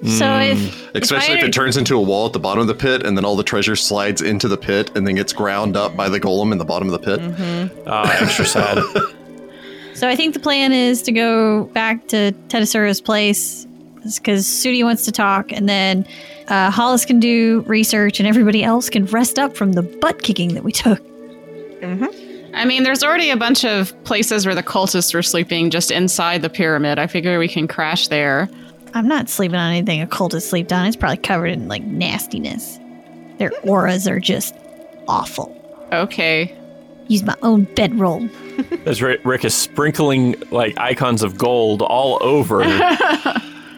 So
Mm.
if
Especially if
I-
it turns into a wall at the bottom of the pit and then all the treasure slides into the pit and then gets ground up by the golem in the bottom of the pit.
Ah, extra sad.
so, I think the plan is to go back to Tedasura's place because Sudi wants to talk, and then uh, Hollis can do research, and everybody else can rest up from the butt kicking that we took.
I mean, there's already a bunch of places where the cultists were sleeping just inside the pyramid. I figure we can crash there.
I'm not sleeping on anything a cult has slept on. It's probably covered in like nastiness. Their auras are just awful.
Okay.
Use my own bedroll.
As Rick, Rick is sprinkling like icons of gold all over.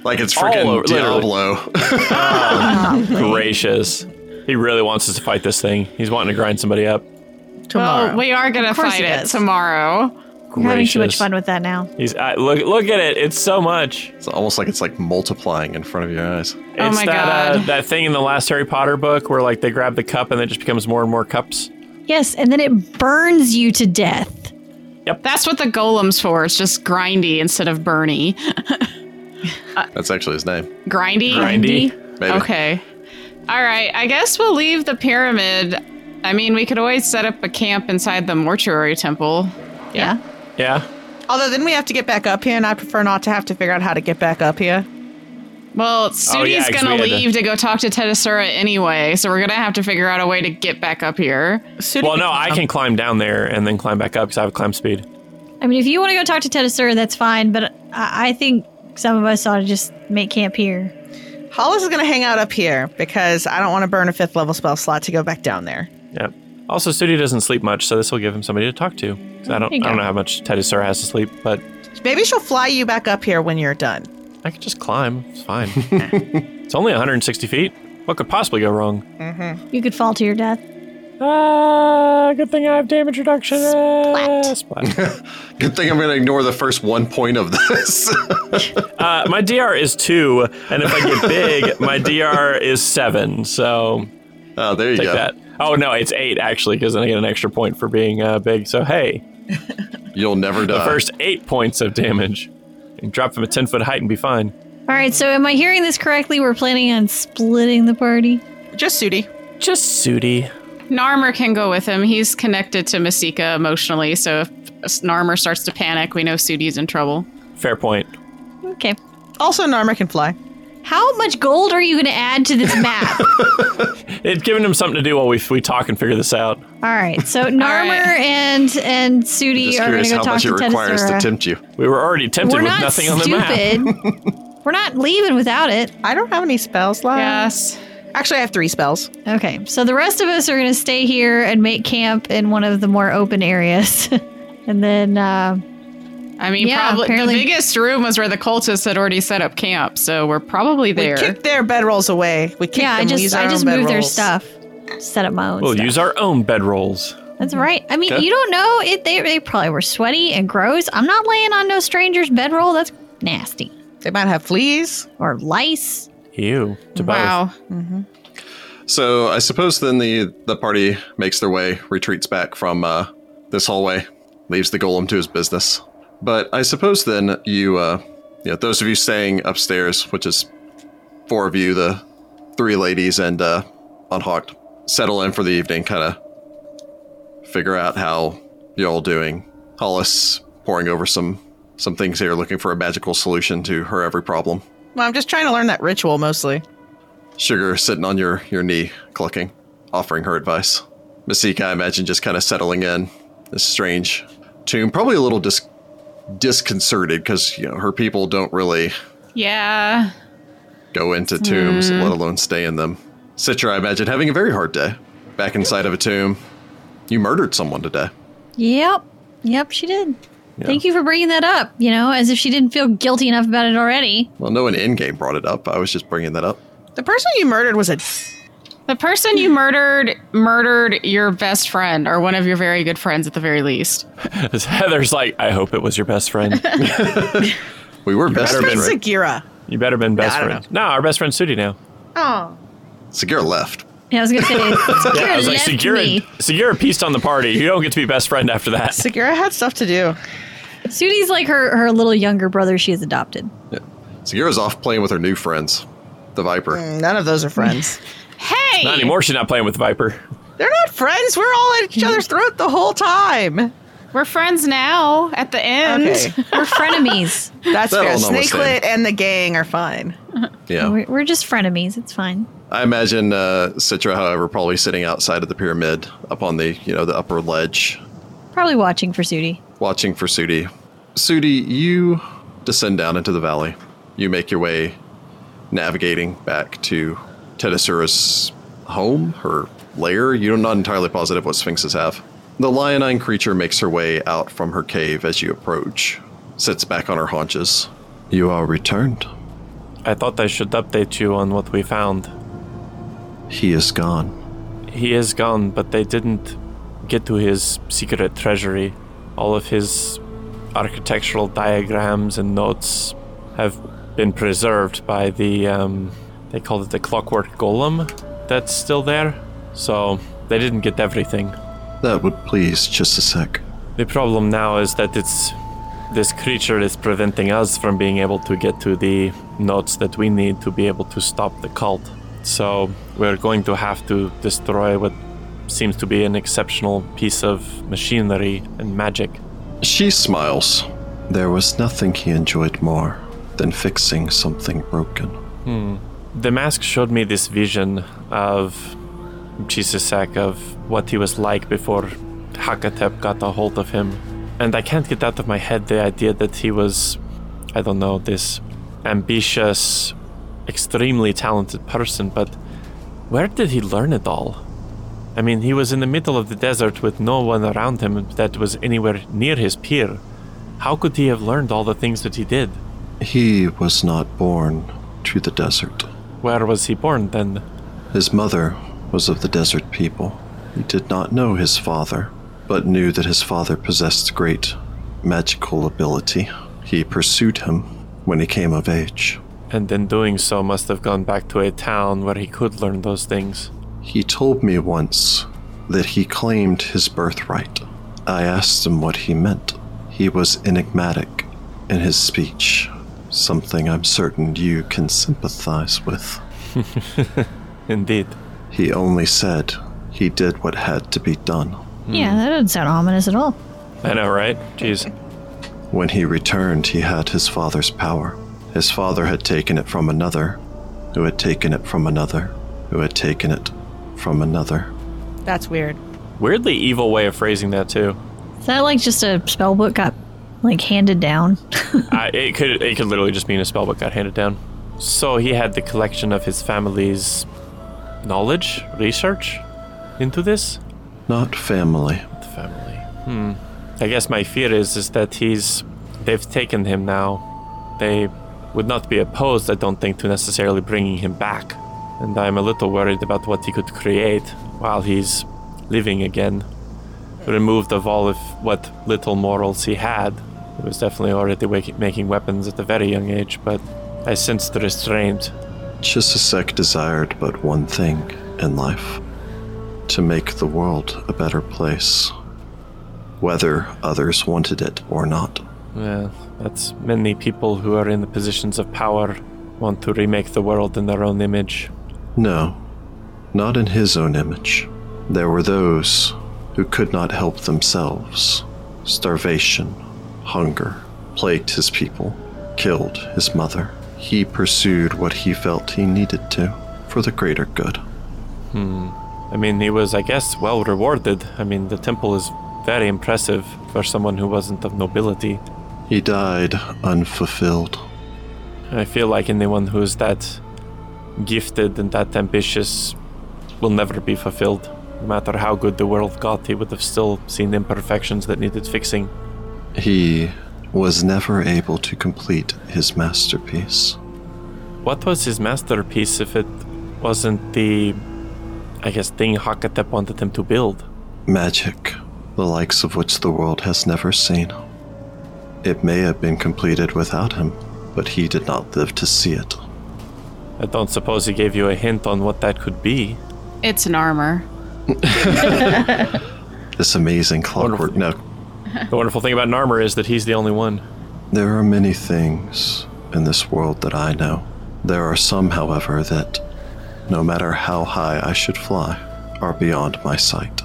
Like it's
All over-
freaking
literally.
Diablo.
Gracious. He really wants us to fight this thing. He's wanting to grind somebody up.
Tomorrow.
Well, Oh, we are going to
Of course
fight
it
it
is.
tomorrow.
We're having too much
Gracious.
fun with that now.
He's I look look at it. It's so much.
it's almost like it's like multiplying in front of your eyes.
It's
Oh my
that Uh,
God.
that thing in the last Harry Potter book where like they grab the cup and it just becomes more and more cups.
Yes, and then it burns you to death.
That's what the golem's for. It's just grindy instead of burny.
That's actually his name.
Grindy?
Grindy.
Maybe.
Okay. All right. I guess we'll leave the pyramid. I mean, we could always set up a camp inside the mortuary temple.
Yeah.
Yeah.
Although then we have to get back up here, and I prefer not to have to figure out how to get back up here.
Well, Sudi's
Oh, yeah, 'cause
going
we
to
had to-
leave to... go talk to Tedasura anyway, so we're going to have to figure out a way to get back up here.
Sudi
Well, no, I can climb down there and then climb back up because I have climb speed.
I mean, if you want to go talk to Tedasura, that's fine, but I, I think some of us ought to just make camp here.
Hollis is going to hang out up here because I don't want to burn a fifth level spell slot to go back down there.
Yep. Also, Sudi doesn't sleep much, so this will give him somebody to talk to. 'Cause I don't,
There you
I don't
go.
know how much Teddy Sir has to sleep, but
Maybe she'll fly you back up here when you're done.
I can just climb. It's fine. it's only 160 feet. What could possibly go wrong?
You could fall to your death.
Ah, good thing I have damage reduction. Ah,
Splat.
Good thing I'm going to ignore the first one point of this.
Uh, my DR is two, and if I get big, my DR is seven. So
oh, there you
take
go.
that. Oh no, it's eight actually, because then I get an extra point for being uh, big. So hey,
You'll never die.
first eight points of damage. And drop from a ten foot height and be fine.
All right, so am I hearing this correctly? We're planning on splitting the party.
Just Sudi.
Just Sudi.
Narmer can go with him. He's connected to Masika emotionally, so if Narmer starts to panic, we know Sudi's in trouble.
Fair point.
Okay.
Also, Narmer can fly.
How much gold are you going to add to this map?
It's giving him something to do while we, we talk and figure this out.
All right, so Narmer
right.
and and
I'm
Sudi
just
are going
curious
to go
how
talk
much
to
it requires to
Tedasura.
tempt you.
We were already tempted
We're
with
not
nothing on the map.
stupid. We're not leaving without it.
I don't have any spells left.
Yes.
Actually, I have three spells.
Okay, so the rest of us are going to stay here and make camp in one of the more open areas. and then, uh,
I mean,
Yeah,
probably
apparently-
the biggest room was where the cultists had already set up camp, so we're probably there.
We kicked their bedrolls away. We kicked
yeah, I
them. We
just
used our
I
own
just moved their
bedrolls.
stuff, set up my own
We'll
stuff.
use our own bedrolls.
That's right. I mean,
Okay.
you don't know it. They they probably were sweaty and gross. I'm not laying on no stranger's bedroll. That's nasty
They might have fleas.
or lice.
Ew. To
wow.
So I suppose then the the party makes their way, retreats back from uh, this hallway, leaves the golem to his business. But I suppose then you, uh, you know, those of you staying upstairs, which is four of you, the three ladies and uh, Unhawked, settle in for the evening, kind of figure out how you're all doing. Hollis pouring over some some things here, looking for a magical solution to her every problem.
Well, I'm just trying to learn that ritual mostly.
Sugar sitting on your, your knee, clucking, offering her advice. Masika, I imagine, just kind of settling in this strange tomb, probably a little dis- disconcerted because you know her people don't really
Yeah.
go into tombs, let alone stay in them. Citra, I imagine, having a very hard day back inside of a tomb. You murdered someone today.
Yep, yep, she did. Thank you for bringing that up. You know, as if she didn't feel guilty enough about it already.
Well, no one in game brought it up. I was just bringing that up.
The person you murdered was a.
The person you murdered murdered your best friend or one of your very good friends at the very least.
Heather's like, I hope it was your best friend.
We were best
Best friend
friends, right?
Sagira.
You better been best
I don't
friends. No, our best friend's Sudi now.
Oh.
Sagira left.
Yeah, I was gonna say. Sagira
Yeah, I was like,
left
Segura,
me.
Segura pieced on the party. You don't get to be best friend after that.
Sagira had stuff to do.
Sudi's like her her little younger brother she has adopted.
Yeah. Sagira's off playing with her new friends, the Viper.
Mm, None of those are friends.
Hey!
Not anymore. She's not playing with Viper.
They're not friends. We're all at each other's throat the whole time.
We're friends now at the end.
Okay.
We're frenemies.
That
That's fair.
all almost
Snakelet and the gang are fine.
Yeah.
we're, we're just frenemies. It's fine.
I imagine uh, Citra, however, probably sitting outside of the pyramid, up on the you know the upper ledge,
Probably watching for Sudi.
watching for Sudi. Sudi, you descend down into the valley. You make your way, navigating back to Tedasura's home, her lair. You're not entirely positive what sphinxes have. The lionine creature makes her way out from her cave as you approach, sits back on her haunches. You are returned.
I thought I should update you on what we found.
He is gone.
He is gone, but they didn't get to his secret treasury. All of his architectural diagrams and notes have been preserved by the, um, they call it the clockwork golem that's still there. So they didn't get everything.
That would please just a sec.
The problem now is that it's this creature is preventing us from being able to get to the notes that we need to be able to stop the cult. So we're going to have to destroy what seems to be an exceptional piece of machinery and magic.
She smiles. There was nothing he enjoyed more than fixing something broken.
The mask showed me this vision of Chisasak of what he was like before Hakatep got a hold of him. And I can't get out of my head the idea that he was, I don't know, this ambitious, extremely talented person, but where did he learn it all? I mean, he was in the middle of the desert with no one around him that was anywhere near his peer. How could he have learned all the things that he did?
He was not born to the desert.
Where was he born then?
His mother was of the desert people. He did not know his father, but knew that his father possessed great magical ability. He pursued him when he came of age.
and in doing so must have gone back to a town where he could learn those things.
He told me once that he claimed his birthright. I asked him what he meant. He was enigmatic in his speech, something I'm certain you can sympathize with.
Indeed.
He only said he did what had to be done.
Hmm.
Yeah, that doesn't sound ominous at all.
I know, right? Jeez.
When he returned, he had his father's power. His father had taken it from another, who had taken it from another, who had taken it from another.
That's weird.
Weirdly evil way of phrasing that too.
Is that like just a spell book got like handed down?
I, it could it could literally just mean a spellbook got handed down. So he had the collection of his family's knowledge, research into this
Not family.
family. Hmm. I guess my fear is is that he's they've taken him now. They would not be opposed, I don't think, to necessarily bringing him back. And I'm a little worried about what he could create while he's living again. Removed of all of what little morals he had. He was definitely already wak- making weapons at a very young age, but I sensed the restraint.
Chisisek desired but one thing in life to make the world a better place, whether others wanted it or not.
Yeah, that's many people who are in the positions of power want to remake the world in their own image.
No, not in his own image. There were those who could not help themselves. Starvation, hunger plagued his people, killed his mother. He pursued what he felt he needed to for the greater good.
I mean, he was, I guess, well rewarded. I mean, the temple is very impressive for someone who wasn't of nobility.
He died unfulfilled.
I feel like anyone who is that gifted and that ambitious will never be fulfilled. No matter how good the world got, he would have still seen imperfections that needed fixing.
He was never able to complete his masterpiece.
What was his masterpiece if it wasn't the, I guess, thing Hakatep wanted him to build?
Magic, the likes of which the world has never seen. It may have been completed without him, but he did not live to see it.
I don't suppose he gave you a hint on what that could be.
It's an armor.
This amazing clockwork. Now,
The wonderful thing about an armor is that he's the only one.
there are many things in this world that I know. There are some, however, that no matter how high I should fly, are beyond my sight.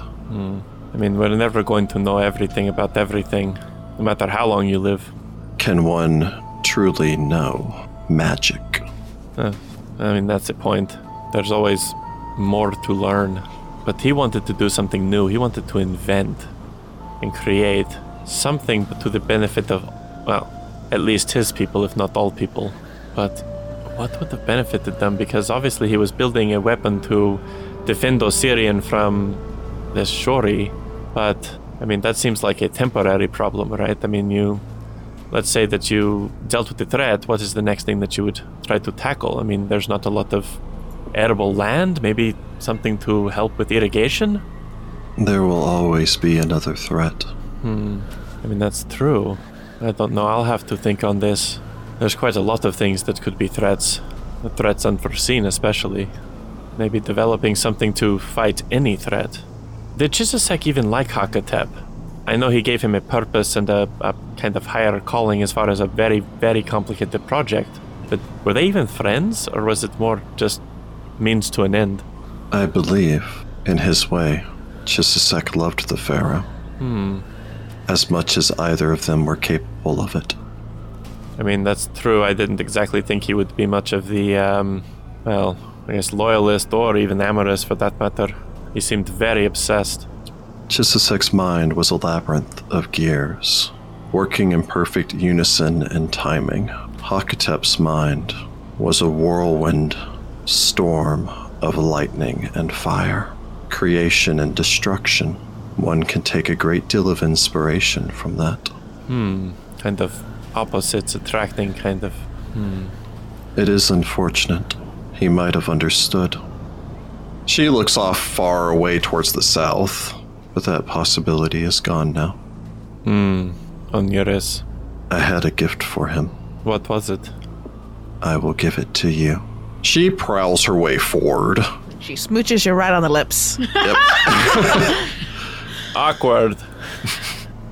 I mean, we're never going to know everything about everything, no matter how long you live.
Can one truly know magic?
Uh, I mean, that's the point. There's always more to learn. But he wanted to do something new. He wanted to invent and create something to the benefit of, well, at least his people, if not all people. But what would have benefited them? Because obviously he was building a weapon to defend Osirian from the Shori. But, I mean, that seems like a temporary problem, right? I mean, you let's say that you dealt with the threat, what is the next thing that you would try to tackle? I mean, there's not a lot of arable land, maybe something to help with irrigation?
There will always be another threat.
I mean, that's true. I don't know. I'll have to think on this. There's quite a lot of things that could be threats, threats unforeseen, especially. Maybe developing something to fight any threat. Did Chisasek even like Hakatep? I know he gave him a purpose and a, a kind of higher calling as far as a very, very complicated project, but were they even friends, or was it more just means to an end?
I believe, in his way, Chisisek loved the Pharaoh. As much as either of them were capable of it.
I mean, that's true. I didn't exactly think he would be much of the, um, well, I guess loyalist or even amorous for that matter. He seemed very obsessed.
Chissisek's mind was a labyrinth of gears, working in perfect unison and timing. Hakatep's mind was a whirlwind storm of lightning and fire, creation and destruction. One can take a great deal of inspiration from that.
Kind of opposites attracting, kind of.
It is unfortunate. He might have understood. She looks off far away towards the south, but that possibility is gone now.
On Yuris.
I had a gift for him.
What was it?
I will give it to you. She prowls her way forward.
She smooches you right on the lips.
Yep.
Awkward.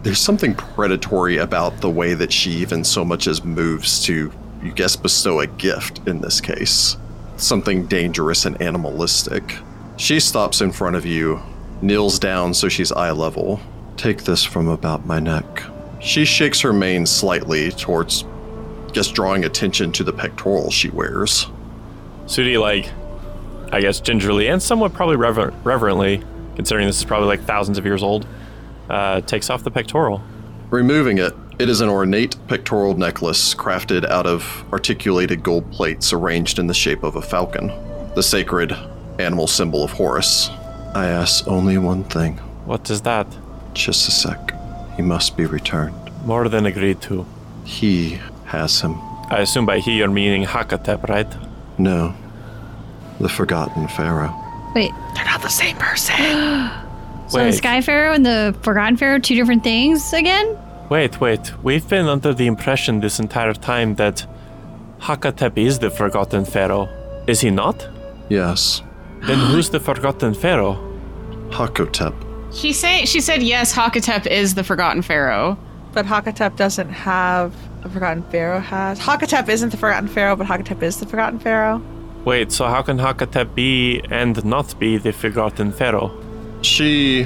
There's something predatory about the way that she even so much as moves to, you guess, bestow a gift in this case. Something dangerous and animalistic. She stops in front of you, kneels down so she's eye level. Take this from about my neck. She shakes her mane slightly towards, guess, drawing attention to the pectoral she wears.
Sudi, like, I guess gingerly and somewhat probably rever- reverently, considering this is probably like thousands of years old, uh, takes off the pectoral.
Removing it, it is an ornate pectoral necklace crafted out of articulated gold plates arranged in the shape of a falcon, the sacred animal symbol of Horus. I ask only one thing,
What is that?
just a sec. He must be returned.
More than agreed to.
He has him.
I assume by he you're meaning Hakatep, right?
No, the forgotten pharaoh.
Wait,
They're not the same person.
so the Sky Pharaoh and the Forgotten Pharaoh, two different things again?
Wait, wait. We've been under the impression this entire time that Hakatep is the Forgotten Pharaoh. Is he not?
Yes,
Then who's the Forgotten Pharaoh?
Hakotep.
She say she said yes. Hakatep is the forgotten pharaoh.
But Hakatep doesn't have the Forgotten Pharaoh has. Hakatep isn't the Forgotten Pharaoh, but Hakatep is the Forgotten Pharaoh.
Wait, so how can Hakatep be and not be the Forgotten Pharaoh?
She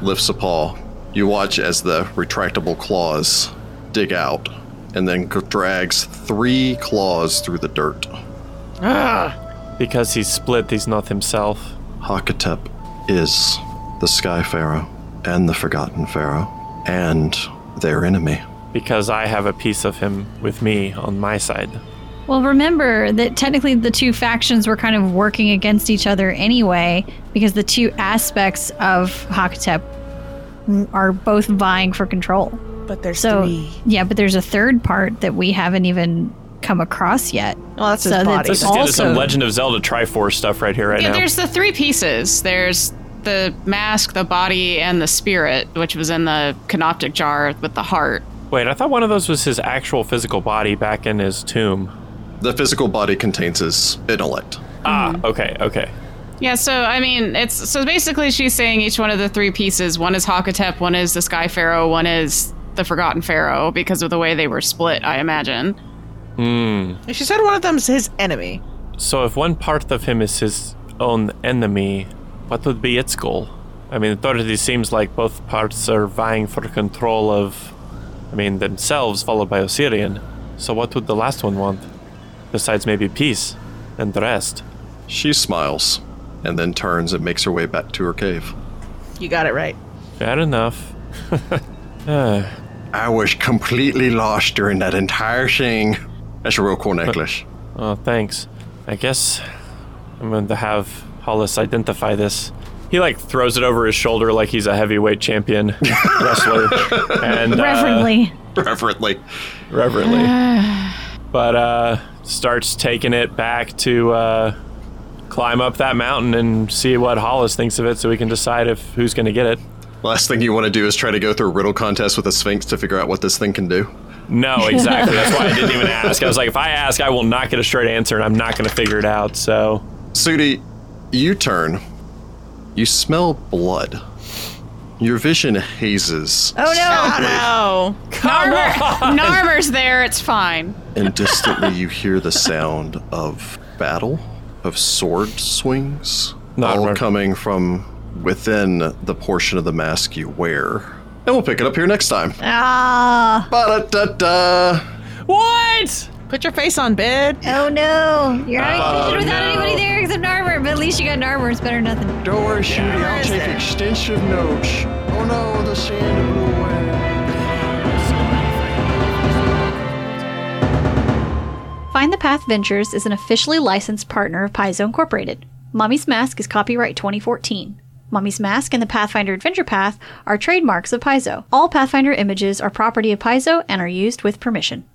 lifts a paw. You watch as the retractable claws dig out and then g- drags three claws through the dirt.
Because he's split, he's not himself.
Hakatep is the Sky Pharaoh and the Forgotten Pharaoh and their enemy.
Because I have a piece of him with me on my side.
Well, remember that technically the two factions were kind of working against each other anyway, because the two aspects of Hakatep are both vying for control.
But there's
So,
three.
yeah, but there's a third part that we haven't even come across yet.
Well, that's his
so
body.
that's
This is due to some
Also-
Legend of Zelda Triforce stuff right here, right
Yeah,
now.
there's the three pieces. There's the mask, the body, and the spirit, which was in the canoptic jar with the heart.
Wait, I thought one of those was his actual physical body back in his tomb.
The physical body contains his intellect.
Ah, okay, okay.
Yeah, so I mean, it's so basically she's saying each one of the three pieces one is Hakatep, one is the Sky Pharaoh, one is the Forgotten Pharaoh because of the way they were split, I imagine.
She said one of them's his enemy.
So if one part of him is his own enemy, what would be its goal? I mean, it already seems like both parts are vying for control of, I mean, themselves, followed by Osirian. So what would the last one want? Besides maybe peace and rest.
She smiles and then turns and makes her way back to her cave.
You got it right.
Fair enough. Ah,
I was completely lost during that entire thing. That's a real cool necklace.
Oh, thanks. I guess I'm going to have Hollis identify this. He like throws it over his shoulder like he's a heavyweight champion wrestler, and uh,
Reverently.
Reverently.
reverently, but uh, starts taking it back to uh, climb up that mountain and see what Hollis thinks of it, so we can decide if who's going to get it.
Last thing you want to do is try to go through a riddle contest with a sphinx to figure out what this thing can do.
No, exactly. That's why I didn't even ask. I was like, if I ask, I will not get a straight answer, and I'm not going to figure it out. So
Sudi, you turn. You smell blood. Your vision hazes
Oh no!
Oh no.
Narmer, Narmer's there, it's fine.
and distantly you hear the sound of battle, of sword swings,
Not
all
right.
coming from within the portion of the mask you wear. And we'll pick it up here next time.
Ah!
Ba-da-da-da.
what?
Put your face on bid.
Oh
Uh,
no! You're having
Oh,
fun without
no.
anybody there except Narmer, but at least you got Narmer. It's better than nothing.
Don't worry, Shooty, I'll
is
take
it?
extensive notes. Oh no, the sand blew away.
Find the Path Ventures is an officially licensed partner of Paizo Incorporated. Mommy's Mask is copyright 2014. Mommy's Mask and the Pathfinder Adventure Path are trademarks of Paizo. All Pathfinder images are property of Paizo and are used with permission.